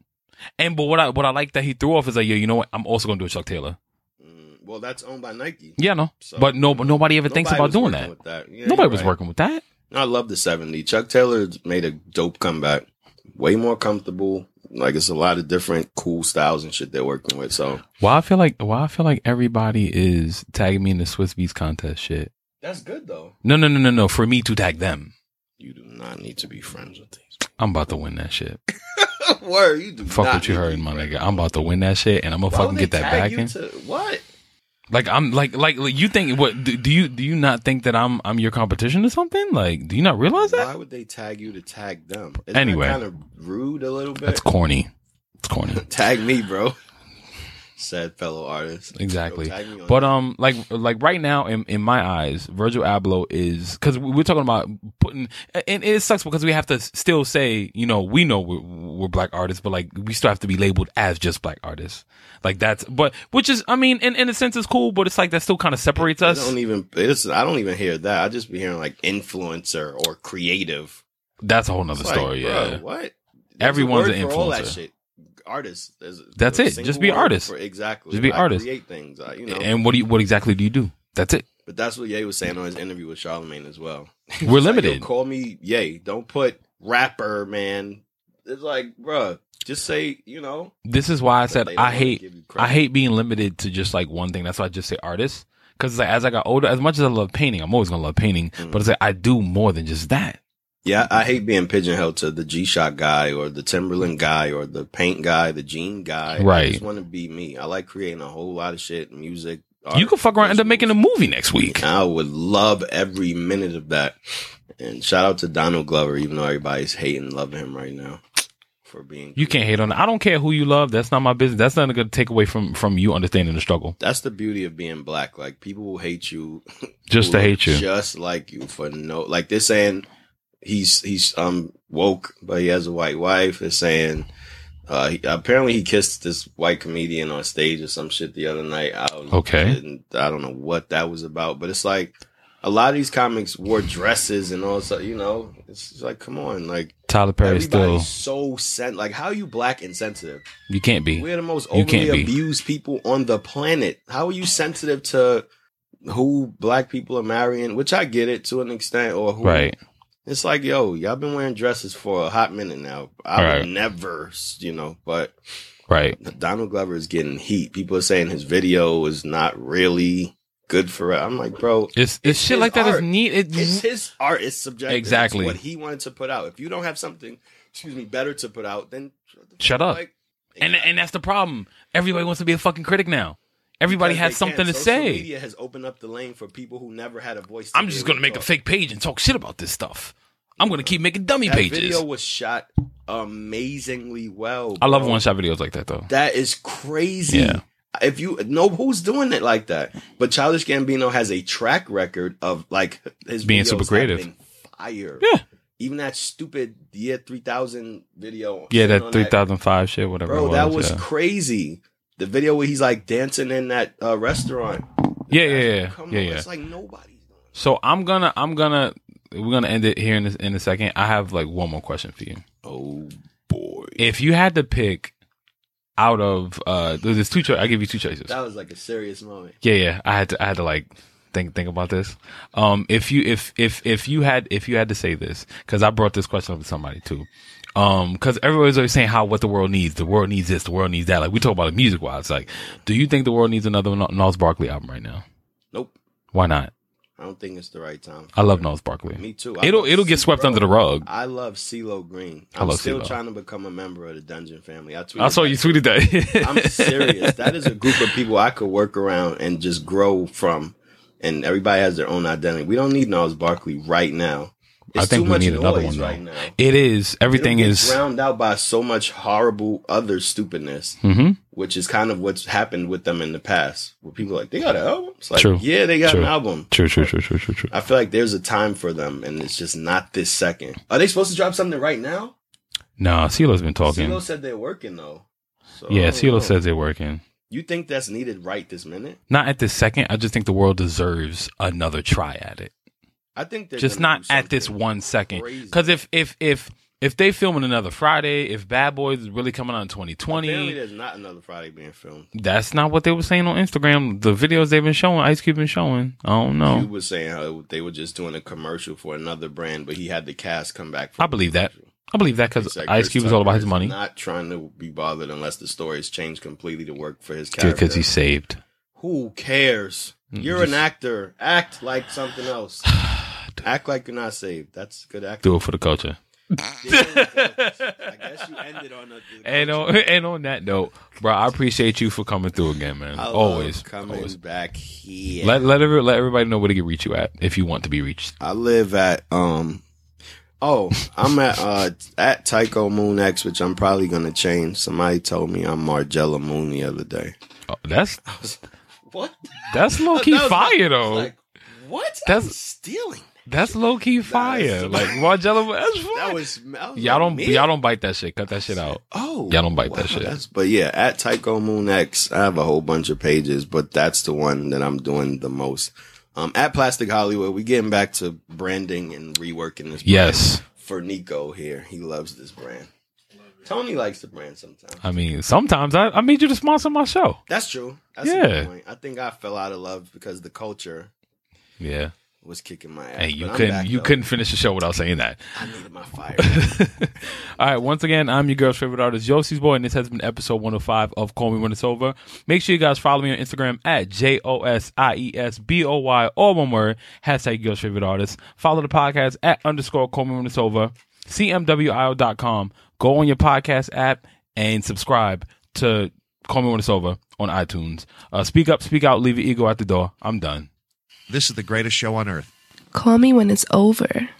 And but what I what I like that he threw off is like, yeah, you know what? I'm also gonna do a Chuck Taylor. Mm, well, that's owned by Nike. Yeah, no. So- but no, but nobody ever thinks Nobody about was doing working that. with that. Yeah, nobody you're was right. working with that. I love the 70. Chuck Taylor made a dope comeback. Way more comfortable. Like it's a lot of different cool styles and shit they're working with. So Why I feel like why I feel like everybody is tagging me in the Swiss Beats contest shit. that's good though. No, no, no, no, no. For me to tag them, You do not need to be friends with these. I'm about to win that shit. people. Word, you do Fuck not what you need to heard, be my nigga. friends. I'm about to win that shit, and I'm gonna Why fucking would get they that tag back you in. to- what? like I'm like like like you think what do, do you do you not think that I'm I'm your competition or something? Like do you not realize that? Why would they tag you to tag them? Anyway. kind of rude a little bit. That's corny. It's corny. tag me, bro. Said fellow artist. Exactly. Yo, tag me on But that. um, like like right now in in my eyes, Virgil Abloh is because we're talking about putting and it sucks because we have to still say you know we know we're, we're black artists, but like we still have to be labeled as just black artists. Like that's but which is I mean in in a sense it's cool, but it's like that still kind of separates I us. don't even. It's, I don't even hear that. I just be hearing like influencer or creative. That's a whole nother It's like, story. bro, yeah. What? There's Everyone's a an word for all that influencer. shit. Artists. There's a- That's there's a it. single Just be word artist. for- exactly. Just be I artist. Create things. I, you know. And what do you, what exactly do you do? That's it. but that's what Ye was saying on his interview with Charlemagne as well. We're It's like, yo, limited. call me Ye. Don't put rapper, man. It's like, bruh, just say, you know. This is why I said They don't I wanna hate give you credit. I hate being limited to just like one thing. That's why I just say artist. Because like as I got older, as much as I love painting, I'm always gonna love painting. Mm. But it's like I do more than just that. Yeah, I hate being pigeonholed to the G Shock guy or the Timberland guy or the paint guy, the jean guy. I Right. just want to be me. I like creating a whole lot of shit, music. you can fuck around, and end up making a movie next week. I would love every minute of that. And shout out to Donald Glover, even though everybody's hating, loving him right now for being. You can't hate on it. I don't care who you love. That's not my business. That's not gonna take away from from you understanding the struggle. That's the beauty of being black. Like people will hate you Just to who hate you. just like you for no. Like they're saying he's he's um woke, but he has a white wife. They're saying uh, he, apparently he kissed this white comedian on stage or some shit the other night. I was, Okay. and I don't know what that was about, but it's like a lot of these comics wore dresses and all. So you know, it's just like come on, like Tyler Perry still. everybody's so sent. Like how you black and sensitive? You can't be. We're the most You can't overly be. abused people on the planet. How are you sensitive to who black people are marrying? Which I get it to an extent, or who. Right. It's like, yo, y'all been wearing dresses for a hot minute now. I Right. would never, you know, but Right. Donald Glover is getting heat. People are saying his video is not really good for it. I'm like, bro, It's it's shit his like that is art. neat. it's It, his art. It's subjective. It's Mm-hmm. Exactly. what he wanted to put out. If you don't have something, excuse me, better to put out, then the Shut fuck, up. like- and and that's the problem. Everybody wants to be a fucking critic now. Everybody has Because they something can. to Social say. Media has opened up the lane for people who never had a voice. I'm be just able gonna make a talk. fake page and talk shit about this stuff. I'm gonna keep making dummy That pages. video was shot amazingly well. I love bro. one shot videos like that though. That is crazy. Yeah. If you know who's doing it like that, but Childish Gambino has a track record of like his Being videos super have creative. been fire. Yeah. Even that stupid year three thousand video. Yeah, shit that on 3005 shit, whatever. Bro, it was, that was yeah. crazy. The video where he's like dancing in that uh, restaurant. Yeah, yeah, yeah, Come yeah, on, yeah. it's like nobody's doing. it. So I'm gonna, I'm gonna, we're gonna end it here in this, in a second. I have like one more question for you. Oh boy. If you had to pick out of uh, there's there's two choices. I give you two choices. That was like a serious moment. Yeah, yeah. I had to, I had to like think think about this. Um, if you if if if you had if you had to say this, because I brought this question up to somebody too. Um, because everybody's always saying how what the world needs. The world needs this. The world needs that. Like we talk about it music wise. Like, do you think the world needs another N- Nas Barkley album right now? Nope. Why not? I don't think it's the right time. I love Nas Barkley. Me too. I Uh, It'll love it'll get CeeLo. swept under the rug. I love CeeLo Green. I I'm love still CeeLo. trying to become a member of the Dungeon family. I, tweeted I saw that. you tweeted that. I'm serious. That is a group of people I could work around and just grow from. And everybody has their own identity. We don't need Nas Barkley right now. I It's think too we much need another one, noise though. right now. It is. Everything It'll get is. drowned out by so much horrible other stupidness, hmm which is kind of what's happened with them in the past. Where people are like they got an album. It's like True. yeah, they got True. an album. True, true, true, true, true, true. I feel like there's a time for them, and it's just not this second. Are they supposed to drop something right now? Nah, CeeLo's been talking. CeeLo said they're working though. So, I yeah, don't know. CeeLo says they're working. You think that's needed right this minute? Not at this second. I just think the world deserves another try at it. I think they're just gonna not do at this something one second. crazy. Because if if if if they filming another Friday, if Bad Boys is really coming out in Apparently, 2020, there's not another Friday being filmed. that's not what they were saying on Instagram. The videos they've been showing, Ice Cube been showing. I don't know. You were saying how they were just doing a commercial for another brand, but he had the cast come back. For I believe that. I believe that because Ice Cube is all about his money. Not trying to be bothered unless the story has changed completely to work for his character. Because he's saved. Who cares? Mm, You're just- an actor. Act like something else. Act like you're not saved. That's good acting. Do it for the culture. I guess you ended on a. And on, and on that note, bro, I appreciate you for coming through again, man. I love always, coming always. back here. Let let every, let everybody know where to get reach you at if you want to be reached. I live at um oh, I'm at uh at Tycho Moon X, which I'm probably gonna change. Somebody told me I'm Margella Moon the other day. Oh, that's What? that's low key That was fire like- though. like, what? That's- I'm stealing. that's low key that's- fire. Like Margella, that's fire. That was, that was y'all like don't me. y'all don't bite that shit. Cut that shit out. Oh, y'all don't bite that shit. that's- but yeah, at Tycho Moon X, I have a whole bunch of pages, but that's the one that I'm doing the most. Um, at Plastic Hollywood, we getting back to branding and reworking this. brand Yes, for Nico here, he loves this brand. Tony likes the brand sometimes. I mean sometimes I I need you to sponsor my show. That's true. That's yeah. Yeah. point. I think I fell out of love because the culture Yeah, was kicking my ass. hey, you But I'm couldn't back, you though. couldn't finish the show without saying that. I needed my fire. All right, once again, I'm your girl's favorite artist, Yoshi's Boy, and this has been episode 105 of Call Me When It's Over. Make sure you guys follow me on Instagram at J O S I E S B O Y, all one word, hashtag girl's favorite artist. Follow the podcast at underscore Call Me When It's Over, CMWIO.com. Go on your podcast app and subscribe to Call Me When It's Over on iTunes. Uh, speak up, speak out, leave your ego at the door. I'm done. This is the greatest show on earth. Call me when it's over.